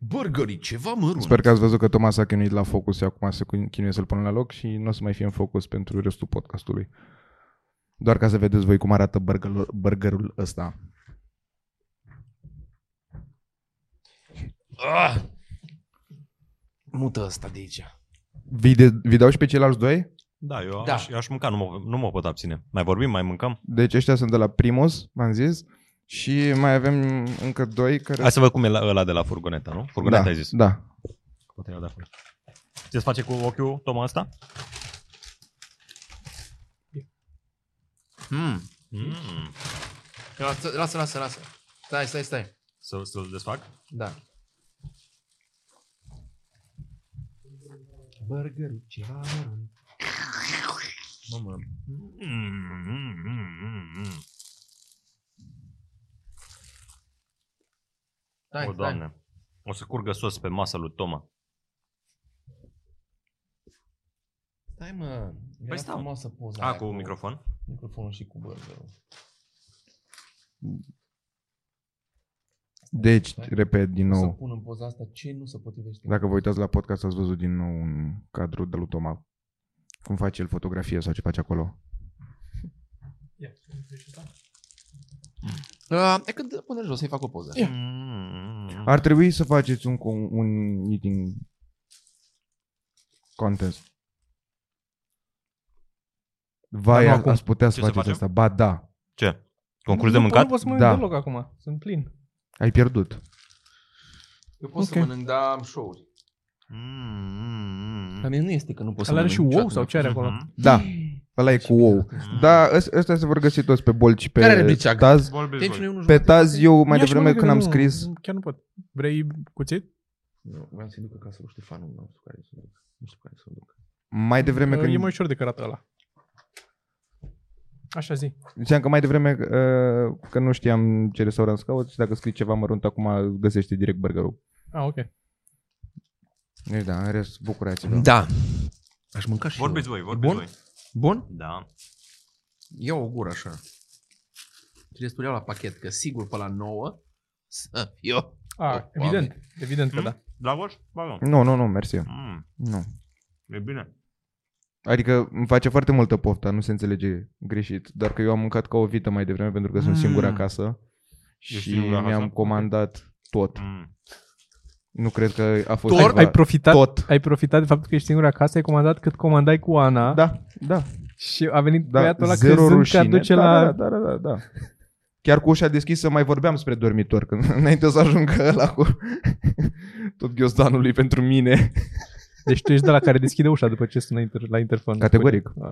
Speaker 2: Burgerii, ceva mărunt.
Speaker 1: Sper că ați văzut că Toma s-a chinuit la focus și acum se chinuie să-l pună la loc și nu o să mai fie în focus pentru restul podcastului. Doar ca să vedeți voi cum arată burgerul, burgerul ăsta.
Speaker 2: Ah! Mută asta de aici.
Speaker 3: Păi
Speaker 1: Vi, de, vi dau și pe ceilalți doi?
Speaker 3: Da, eu
Speaker 2: Da.
Speaker 3: aș, eu aș mânca, nu mă, nu mă pot abține. Mai vorbim, mai mâncăm?
Speaker 1: Deci ăștia sunt de la Primus, v-am zis. Și mai avem încă doi care...
Speaker 3: Hai să văd cum e la, ăla de la furgoneta, nu? Furgoneta
Speaker 1: da,
Speaker 3: ai zis.
Speaker 1: Da,
Speaker 3: Poate era de acolo. Ce face cu ochiul, Toma, asta?
Speaker 2: Mm.
Speaker 3: Mm.
Speaker 2: Lasă, lasă, lasă, lasă. Stai, stai, stai.
Speaker 3: Să, să-l desfac?
Speaker 2: Da. Burgerul, ceva mărunt. Mamă.
Speaker 3: Mm, mm, mm, mm, mm.
Speaker 2: Stai,
Speaker 3: o,
Speaker 2: stai.
Speaker 3: doamne. O să curgă sos pe masa lui Toma.
Speaker 2: Stai, mă. Era
Speaker 3: stau.
Speaker 2: frumoasă poza
Speaker 3: A,
Speaker 2: aia
Speaker 3: cu microfon?
Speaker 2: Microfonul și cu burgerul.
Speaker 1: Deci,
Speaker 2: Stai.
Speaker 1: repet din
Speaker 2: Să
Speaker 1: nou,
Speaker 2: pun în poza asta ce nu se potrivește.
Speaker 1: dacă vă uitați la podcast, ați văzut din nou un cadru de lui Toma. Cum face el fotografie sau ce face acolo.
Speaker 2: Uh, e când pune jos să-i fac o poză.
Speaker 3: Mm, mm, mm.
Speaker 1: Ar trebui să faceți un, con- un eating contest. Vai,
Speaker 5: Dar nu
Speaker 1: a-
Speaker 5: acum.
Speaker 1: ați putea să
Speaker 3: Ce să
Speaker 1: faceți
Speaker 3: facem?
Speaker 1: asta. Ba da,
Speaker 3: Ce? Concurs de
Speaker 5: Nu,
Speaker 3: mâncat?
Speaker 5: Nu pot să mănânc
Speaker 1: Da.
Speaker 5: deloc acum. Sunt plin.
Speaker 1: ai pierdut.
Speaker 2: Eu pot
Speaker 5: Ok.
Speaker 2: să mănânc, dar am show-uri.
Speaker 3: Mm, mm, mm.
Speaker 2: La mine nu este că nu Mm-hmm. pot să
Speaker 5: Ăla are
Speaker 2: mănânc
Speaker 5: și ou
Speaker 2: niciodată.
Speaker 5: sau ce are acolo?
Speaker 3: Mhm.
Speaker 2: *gasps*
Speaker 1: Da, ăla e cu ou.
Speaker 3: mm,
Speaker 1: Da, ăs- ăstea se vor găsi toți pe Bolt și pe
Speaker 2: Care are bliciag?
Speaker 1: Taz.
Speaker 3: Vorbiți voi.
Speaker 2: Tensiune Deci e unul
Speaker 1: Pe
Speaker 2: jumate.
Speaker 1: Taz eu mai
Speaker 5: Ia și
Speaker 1: devreme
Speaker 5: mănâncă,
Speaker 1: când
Speaker 5: că
Speaker 1: am
Speaker 5: nu-
Speaker 1: scris...
Speaker 5: Chiar nu pot. Vrei cuțit?
Speaker 2: Nu, vreau să-i duc acasă lui Ștefanul, nu știu care să-l duc. Nu știu care să-l duc.
Speaker 1: Mai devreme
Speaker 5: Ă, E
Speaker 1: când...
Speaker 5: mai ușor de cărat ăla. Așa zi.
Speaker 1: Ziceam că mai devreme uh, că nu știam ce restaurant să caut și dacă scrii ceva mărunt acum găsește direct burgerul.
Speaker 5: Ah, ok.
Speaker 1: Deci da, în rest, bucurați-vă.
Speaker 2: Da. Aș mânca și
Speaker 3: Vorbiți
Speaker 2: eu.
Speaker 3: voi, vorbiți
Speaker 2: Bun?
Speaker 3: voi.
Speaker 2: Bun?
Speaker 3: Da.
Speaker 2: Ia o gură așa. Și le spuneau la pachet că sigur pe la 9 să eu.
Speaker 5: Ah,
Speaker 2: Oameni.
Speaker 5: evident. Evident
Speaker 2: Hmm?
Speaker 5: că
Speaker 3: Mm?
Speaker 5: da.
Speaker 3: Da, voci? Ba, nu.
Speaker 1: Nu, nu, nu, mersi.
Speaker 3: Mm,
Speaker 1: Nu.
Speaker 3: e bine.
Speaker 1: Adică îmi face foarte multă poftă, nu se înțelege greșit, doar că eu am mâncat ca o vită mai devreme pentru că sunt
Speaker 2: Mm.
Speaker 1: singur acasă
Speaker 3: Ești
Speaker 1: și
Speaker 3: singur acasă?
Speaker 1: mi-am comandat tot.
Speaker 3: Mm.
Speaker 1: Nu cred că a fost
Speaker 5: Ai,
Speaker 1: ceva.
Speaker 5: ai, profitat,
Speaker 1: tot.
Speaker 5: ai profitat de faptul că ești singur acasă, ai comandat cât comandai cu Ana
Speaker 1: Da, da,
Speaker 5: și a venit
Speaker 1: da.
Speaker 5: băiatul ăla
Speaker 1: Zero
Speaker 5: crezând că
Speaker 1: rușine.
Speaker 5: aduce
Speaker 1: da,
Speaker 5: la...
Speaker 1: da, da, da, da, da. Chiar cu ușa deschisă mai vorbeam spre dormitor, când, *laughs* înainte să ajungă ăla cu *laughs* tot ghiozdanului pentru mine.
Speaker 5: Deci tu ești de la care deschide ușa după ce sună inter, la interfon.
Speaker 1: Categoric.
Speaker 5: Ah,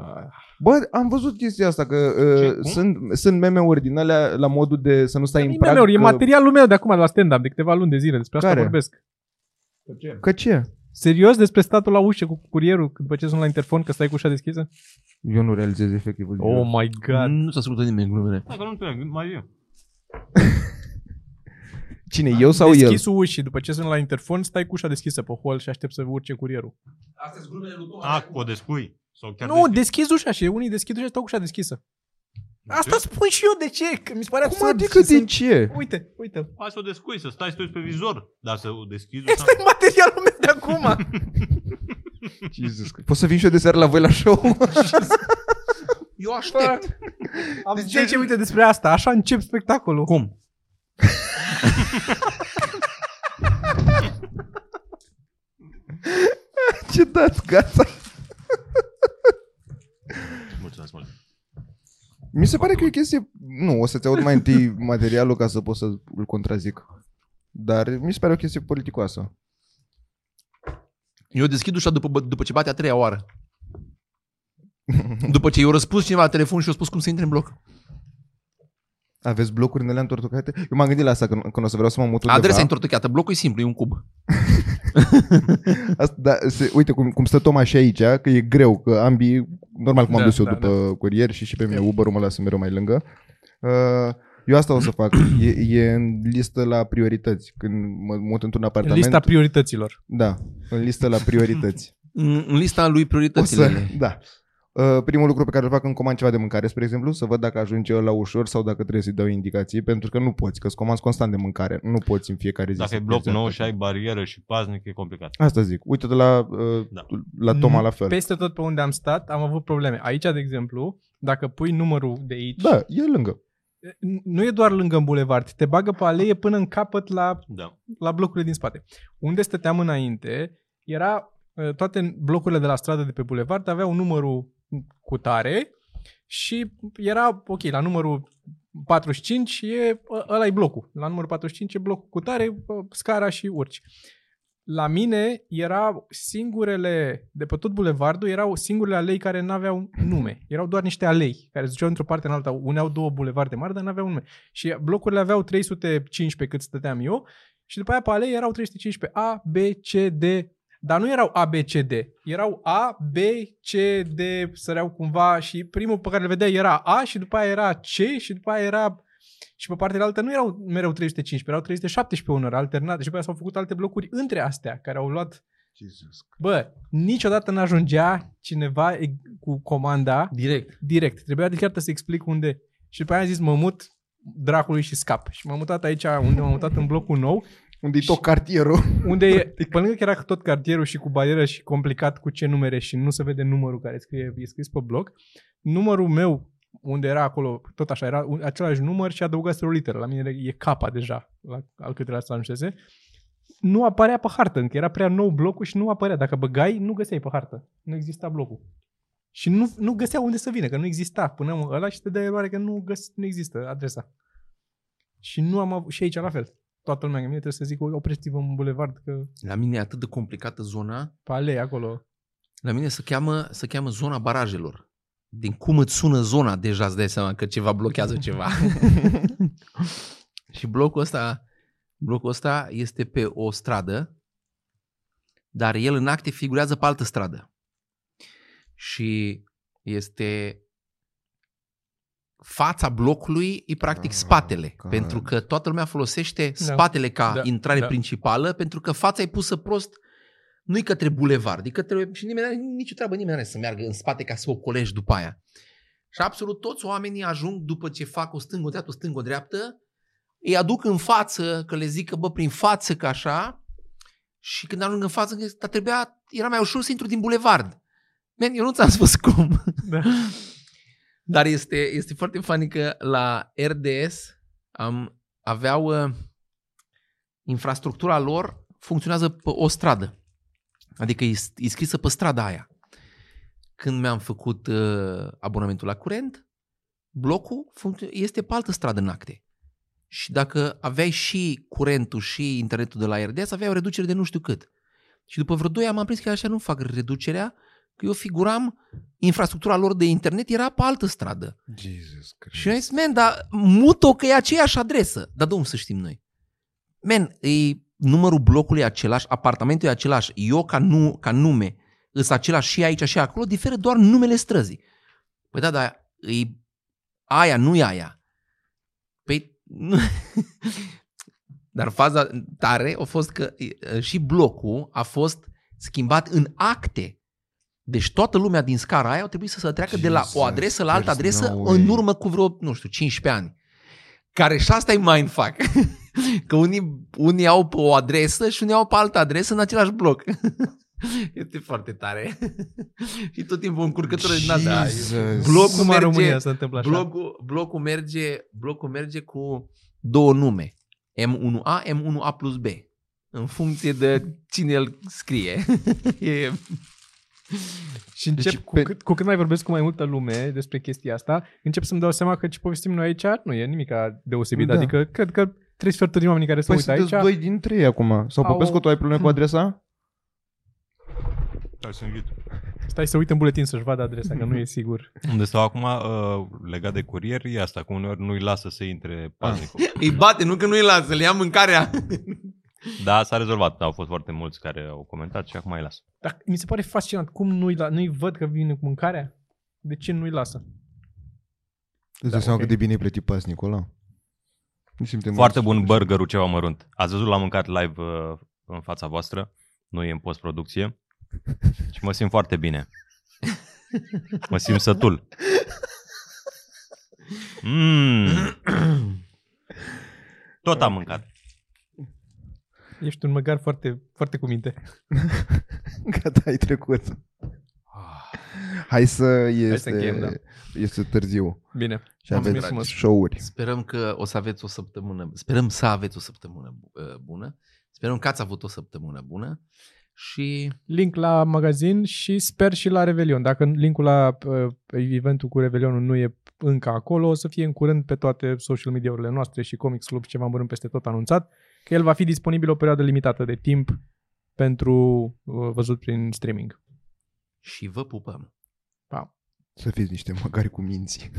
Speaker 1: Bă, am văzut chestia asta, că
Speaker 3: Ce?
Speaker 1: uh,
Speaker 3: Cum?
Speaker 1: sunt, sunt meme-uri din alea la modul de să nu stai în
Speaker 5: e,
Speaker 1: prag.
Speaker 5: memeuri, e
Speaker 1: că-
Speaker 5: materialul meu de acum, de la stand-up, de câteva luni de zile. Despre asta
Speaker 1: Care?
Speaker 5: vorbesc.
Speaker 1: Că ce?
Speaker 5: Serios despre statul la ușă cu curierul după ce sunt la interfon că stai cu ușa deschisă?
Speaker 1: Eu nu realizez efectiv.
Speaker 5: Oh my god.
Speaker 2: Nu s-a ascultat nimeni glumele.
Speaker 3: Dacă nu înțeleg, mai zi.
Speaker 1: Cine, eu sau el?
Speaker 5: Deschisul ușii, după ce sunt la interfon, stai cu ușa deschisă pe hol și aștept să urce curierul.
Speaker 2: Astea sunt glumele lui
Speaker 3: A, o despui. Sau chiar
Speaker 5: Nu,
Speaker 3: de...
Speaker 5: deschizi ușa și unii deschid ușa și stau cu ușa deschisă. Asta spun și eu de ce, că mi se pare
Speaker 1: Cum
Speaker 5: absurd.
Speaker 1: adică
Speaker 5: să-
Speaker 1: de ce?
Speaker 5: Uite, uite.
Speaker 3: Hai să o descui, să stai, să te uiți pe vizor, dar să o deschizi ușa.
Speaker 5: Asta e materialul meu de *laughs* acum.
Speaker 1: Jesus. Poți să vin și eu de seară la voi la show? *laughs*
Speaker 2: Eu aștept.
Speaker 5: Am deci, ce, uite despre asta. Așa încep spectacolul.
Speaker 2: Cum?
Speaker 1: ce dați, gata.
Speaker 3: Mulțumesc mult.
Speaker 1: Mi se pare că e o chestie... Nu, o să-ți aud mai întâi materialul ca să pot să-l contrazic. Dar mi se pare o chestie politicoasă.
Speaker 2: Eu deschid ușa după, după ce bate a treia oară. După ce i-a răspuns cineva la telefon și i-a spus cum să intre în bloc.
Speaker 1: Aveți blocuri în alea întortocate? Eu m-am gândit la asta când, când o să vreau să mă mut undeva.
Speaker 2: Adresa e întortocheată, blocul e simplu, e un cub.
Speaker 1: Asta, da, se, uite cum, cum stă Toma și aici, că e greu, că ambii, normal cum am
Speaker 5: Da,
Speaker 1: dus eu
Speaker 5: da,
Speaker 1: după curier și și pe mine Uber-ul mă lasă mereu mai lângă. Uh, Eu asta o să fac. E, e în listă la priorități. Când mă mut într-un
Speaker 5: În
Speaker 1: apartament.
Speaker 5: lista priorităților.
Speaker 1: Da, în listă la priorități.
Speaker 5: *laughs*
Speaker 2: În, în lista lui
Speaker 1: O să,
Speaker 2: prioritățile.
Speaker 1: da. Uh, Primul lucru pe care îl fac când comand ceva de mâncare, spre exemplu, să văd dacă ajunge la ușor sau dacă trebuie să-i dau indicații, pentru că nu poți, că îți comanzi constant de mâncare. Nu poți în fiecare zi.
Speaker 3: Dacă
Speaker 1: să
Speaker 3: e bloc
Speaker 1: pierzi
Speaker 3: nou
Speaker 1: atât.
Speaker 3: și ai barieră și paznic, e complicat.
Speaker 1: Asta zic. Uite-te la, uh,
Speaker 3: Da.
Speaker 1: la Toma la fel.
Speaker 5: Peste tot Mm, pe unde am stat, am avut probleme. Aici, de exemplu, dacă pui numărul de aici,
Speaker 1: Da, e lângă.
Speaker 5: nu e doar lângă în bulevard, te bagă pe alee până în capăt la,
Speaker 3: Da.
Speaker 5: la blocurile din spate. Unde stăteam înainte, era uh, toate blocurile de la stradă de pe bulevard aveau numărul cu tare și era, ok, la numărul 45 e, ăla e blocul. La numărul 45 e blocul cu tare, bă, scara și urci. La mine erau singurele, de pe tot bulevardul, erau singurele alei care nu aveau nume. Erau doar niște alei care duceau într-o parte în alta. Uneau două bulevarde mari, dar nu aveau nume. Și blocurile aveau 315 cât stăteam eu și după aia pe alei erau 315 A, B, C, D. Dar nu erau A, B, C, D. Erau A, B, C, D, săreau cumva și primul pe care le vedea era A și după aia era C și după aia era și pe partea altă nu erau mereu 315, erau 317 unor alternate și pe aia s-au făcut alte blocuri între astea care au luat Bă, niciodată n-ajungea cineva e- cu comanda
Speaker 2: Direct.
Speaker 5: direct. Trebuia de chiar să explic unde. Și după aia am zis, mă mut dracului și scap. Și m-am mutat aici unde m-am mutat în blocul nou,
Speaker 1: Unde e tot cartierul.
Speaker 5: unde e, pe lângă că era tot cartierul și cu barieră și complicat cu ce numere și nu se vede numărul care scrie, e scris pe bloc, numărul meu unde era acolo, tot așa, era un- același număr și adăugase o literă. La mine e capa deja, la, al câtelea să anuncese. Nu apărea pe hartă, încă era prea nou blocul și nu apărea. Dacă băgai, nu găseai pe hartă. Nu exista blocul. Și nu, nu găsea unde să vină, că nu exista. Până ăla și te dă eroare că nu, găs, nu există adresa. Și nu am avut, și aici la fel. Toată lumea, mie trebuie să zic, opreți-vă în bulevard, că
Speaker 2: La mine e atât de complicată zona
Speaker 5: pe alei acolo.
Speaker 2: La mine se cheamă, se cheamă zona barajelor. Din cum îți sună zona, deja îți dai seama că ceva blochează ceva. și blocul ăsta, blocul ăsta este pe o stradă, dar el în acte figurează pe altă stradă. Și este fața blocului e practic
Speaker 1: Ah,
Speaker 2: spatele,
Speaker 1: God.
Speaker 2: pentru că toată lumea folosește
Speaker 5: Da.
Speaker 2: spatele ca
Speaker 5: Da,
Speaker 2: intrare
Speaker 5: da.
Speaker 2: principală, pentru că fața e pusă prost nu-i către bulevard, e către... și nimeni are nicio treabă, nimeni are să meargă în spate ca să o colești după aia. Și absolut toți oamenii ajung după ce fac o stângă, o dreaptă, o stângă, o dreaptă, îi aduc în față, că le zic că bă, prin față, că așa, și când ajung în față, zic, dar trebuia, era mai ușor să intru din bulevard. Man, eu nu ți-am spus *laughs* cum.
Speaker 5: Da.
Speaker 2: Dar este, este foarte funny că la RDS am, aveau uh, infrastructura lor funcționează pe o stradă. Adică e, s- e scrisă pe strada aia. Când mi-am făcut uh, abonamentul la curent, blocul funcțio- este pe altă stradă în acte. Și dacă aveai și curentul și internetul de la RDS, aveai o reducere de nu știu cât. Și după vreo 2 ani am prins că așa nu fac reducerea, că eu figuram, infrastructura lor de internet era pe altă stradă.
Speaker 1: Jesus
Speaker 2: Și eu am zis, man, dar mut-o că e aceeași adresă. Dar de unde să știm noi? Man, e, numărul blocului e același, apartamentul e același, eu ca, nu, ca nume îs același și aici și acolo, diferă doar numele străzii. Păi da, dar e aia, nu e aia. Păi, nu. *laughs* dar faza tare a fost că e, și blocul a fost schimbat în acte. Deci toată lumea din scara aia au trebuit să se treacă de la o
Speaker 8: Jesus
Speaker 2: adresă la altă
Speaker 8: Christ,
Speaker 2: adresă
Speaker 8: no way.
Speaker 2: în urmă cu vreo, nu știu, 15 ani. Care și asta e mindfuck. *laughs* Că unii, unii au pe o adresă și unii au pe altă adresă în același bloc. *laughs* Este foarte tare. *laughs* și tot timpul o încurcătură din asta.
Speaker 8: Jesus.
Speaker 2: Blocul
Speaker 5: Cum în
Speaker 2: merge,
Speaker 5: România se întâmplă așa?
Speaker 2: blocul, blocul, merge, blocul merge cu două nume. M1A, M1A plus B. În funcție de cine îl scrie. *laughs* e
Speaker 5: Și încep,
Speaker 1: Deci,
Speaker 5: deci, cu,
Speaker 1: pe-
Speaker 5: pe... cât, cu cât mai vorbesc cu mai multă lume despre chestia asta, încep să-mi dau seama că ce povestim noi aici nu e nimic deosebit.
Speaker 1: Da.
Speaker 5: Da. Adică cred că trei sferturi din oamenii care se
Speaker 1: Păi
Speaker 5: uită da, aici...
Speaker 1: sunteți doi din trei acum. Sau
Speaker 5: Au-
Speaker 1: Popescu, tu ai probleme cu adresa?
Speaker 3: Stai să înghit.
Speaker 5: Stai să uit în buletin să-și vadă adresa,
Speaker 1: Mhm.
Speaker 5: că nu e sigur.
Speaker 3: Unde stau acum, uh, legat de curier, e asta, că uneori nu-i lasă să intre paznicul.
Speaker 8: Îi bate, nu că nu-i lasă, le ia mâncarea.
Speaker 3: Da, s-a rezolvat. Au fost foarte mulți care au comentat și acum îi lasă.
Speaker 5: Dar mi se pare fascinant cum nu-i, la, nu-i văd că vine cu mâncarea. De ce nu-i lasă?
Speaker 1: Îți
Speaker 5: Da,
Speaker 1: dai seama
Speaker 5: ok.
Speaker 1: cât de bine e plătit pas, Nicola. Nu simtem
Speaker 3: Foarte
Speaker 1: mulți.
Speaker 3: bun burgerul ceva mărunt. Ați văzut, l-am mâncat live uh, în fața voastră. Nu e în postproducție. Și mă simt foarte bine. Mă simt sătul. Mm. Tot am mâncat.
Speaker 5: Ești un măgar foarte, foarte cu minte.
Speaker 1: *laughs* Gata, ai trecut.
Speaker 2: Ah,
Speaker 1: Hai să este,
Speaker 5: încheiem, da.
Speaker 1: este târziu.
Speaker 5: Bine.
Speaker 1: Și
Speaker 5: Mulțumim
Speaker 1: aveți
Speaker 5: frumos.
Speaker 1: show-uri.
Speaker 2: Sperăm că o să aveți o săptămână, sperăm să aveți o săptămână uh, bună, sperăm că ați avut o săptămână bună și
Speaker 5: Link la magazin și sper și la Revelion. Dacă linkul la uh, eventul cu Revelionul nu e încă acolo, o să fie în curând pe toate social mediaurile noastre și Comics Club și ceva în curând peste tot anunțat, că el va fi disponibil o perioadă limitată de timp pentru uh, văzut prin streaming.
Speaker 2: și vă pupăm.
Speaker 1: Să fiți niște măgari cu minții.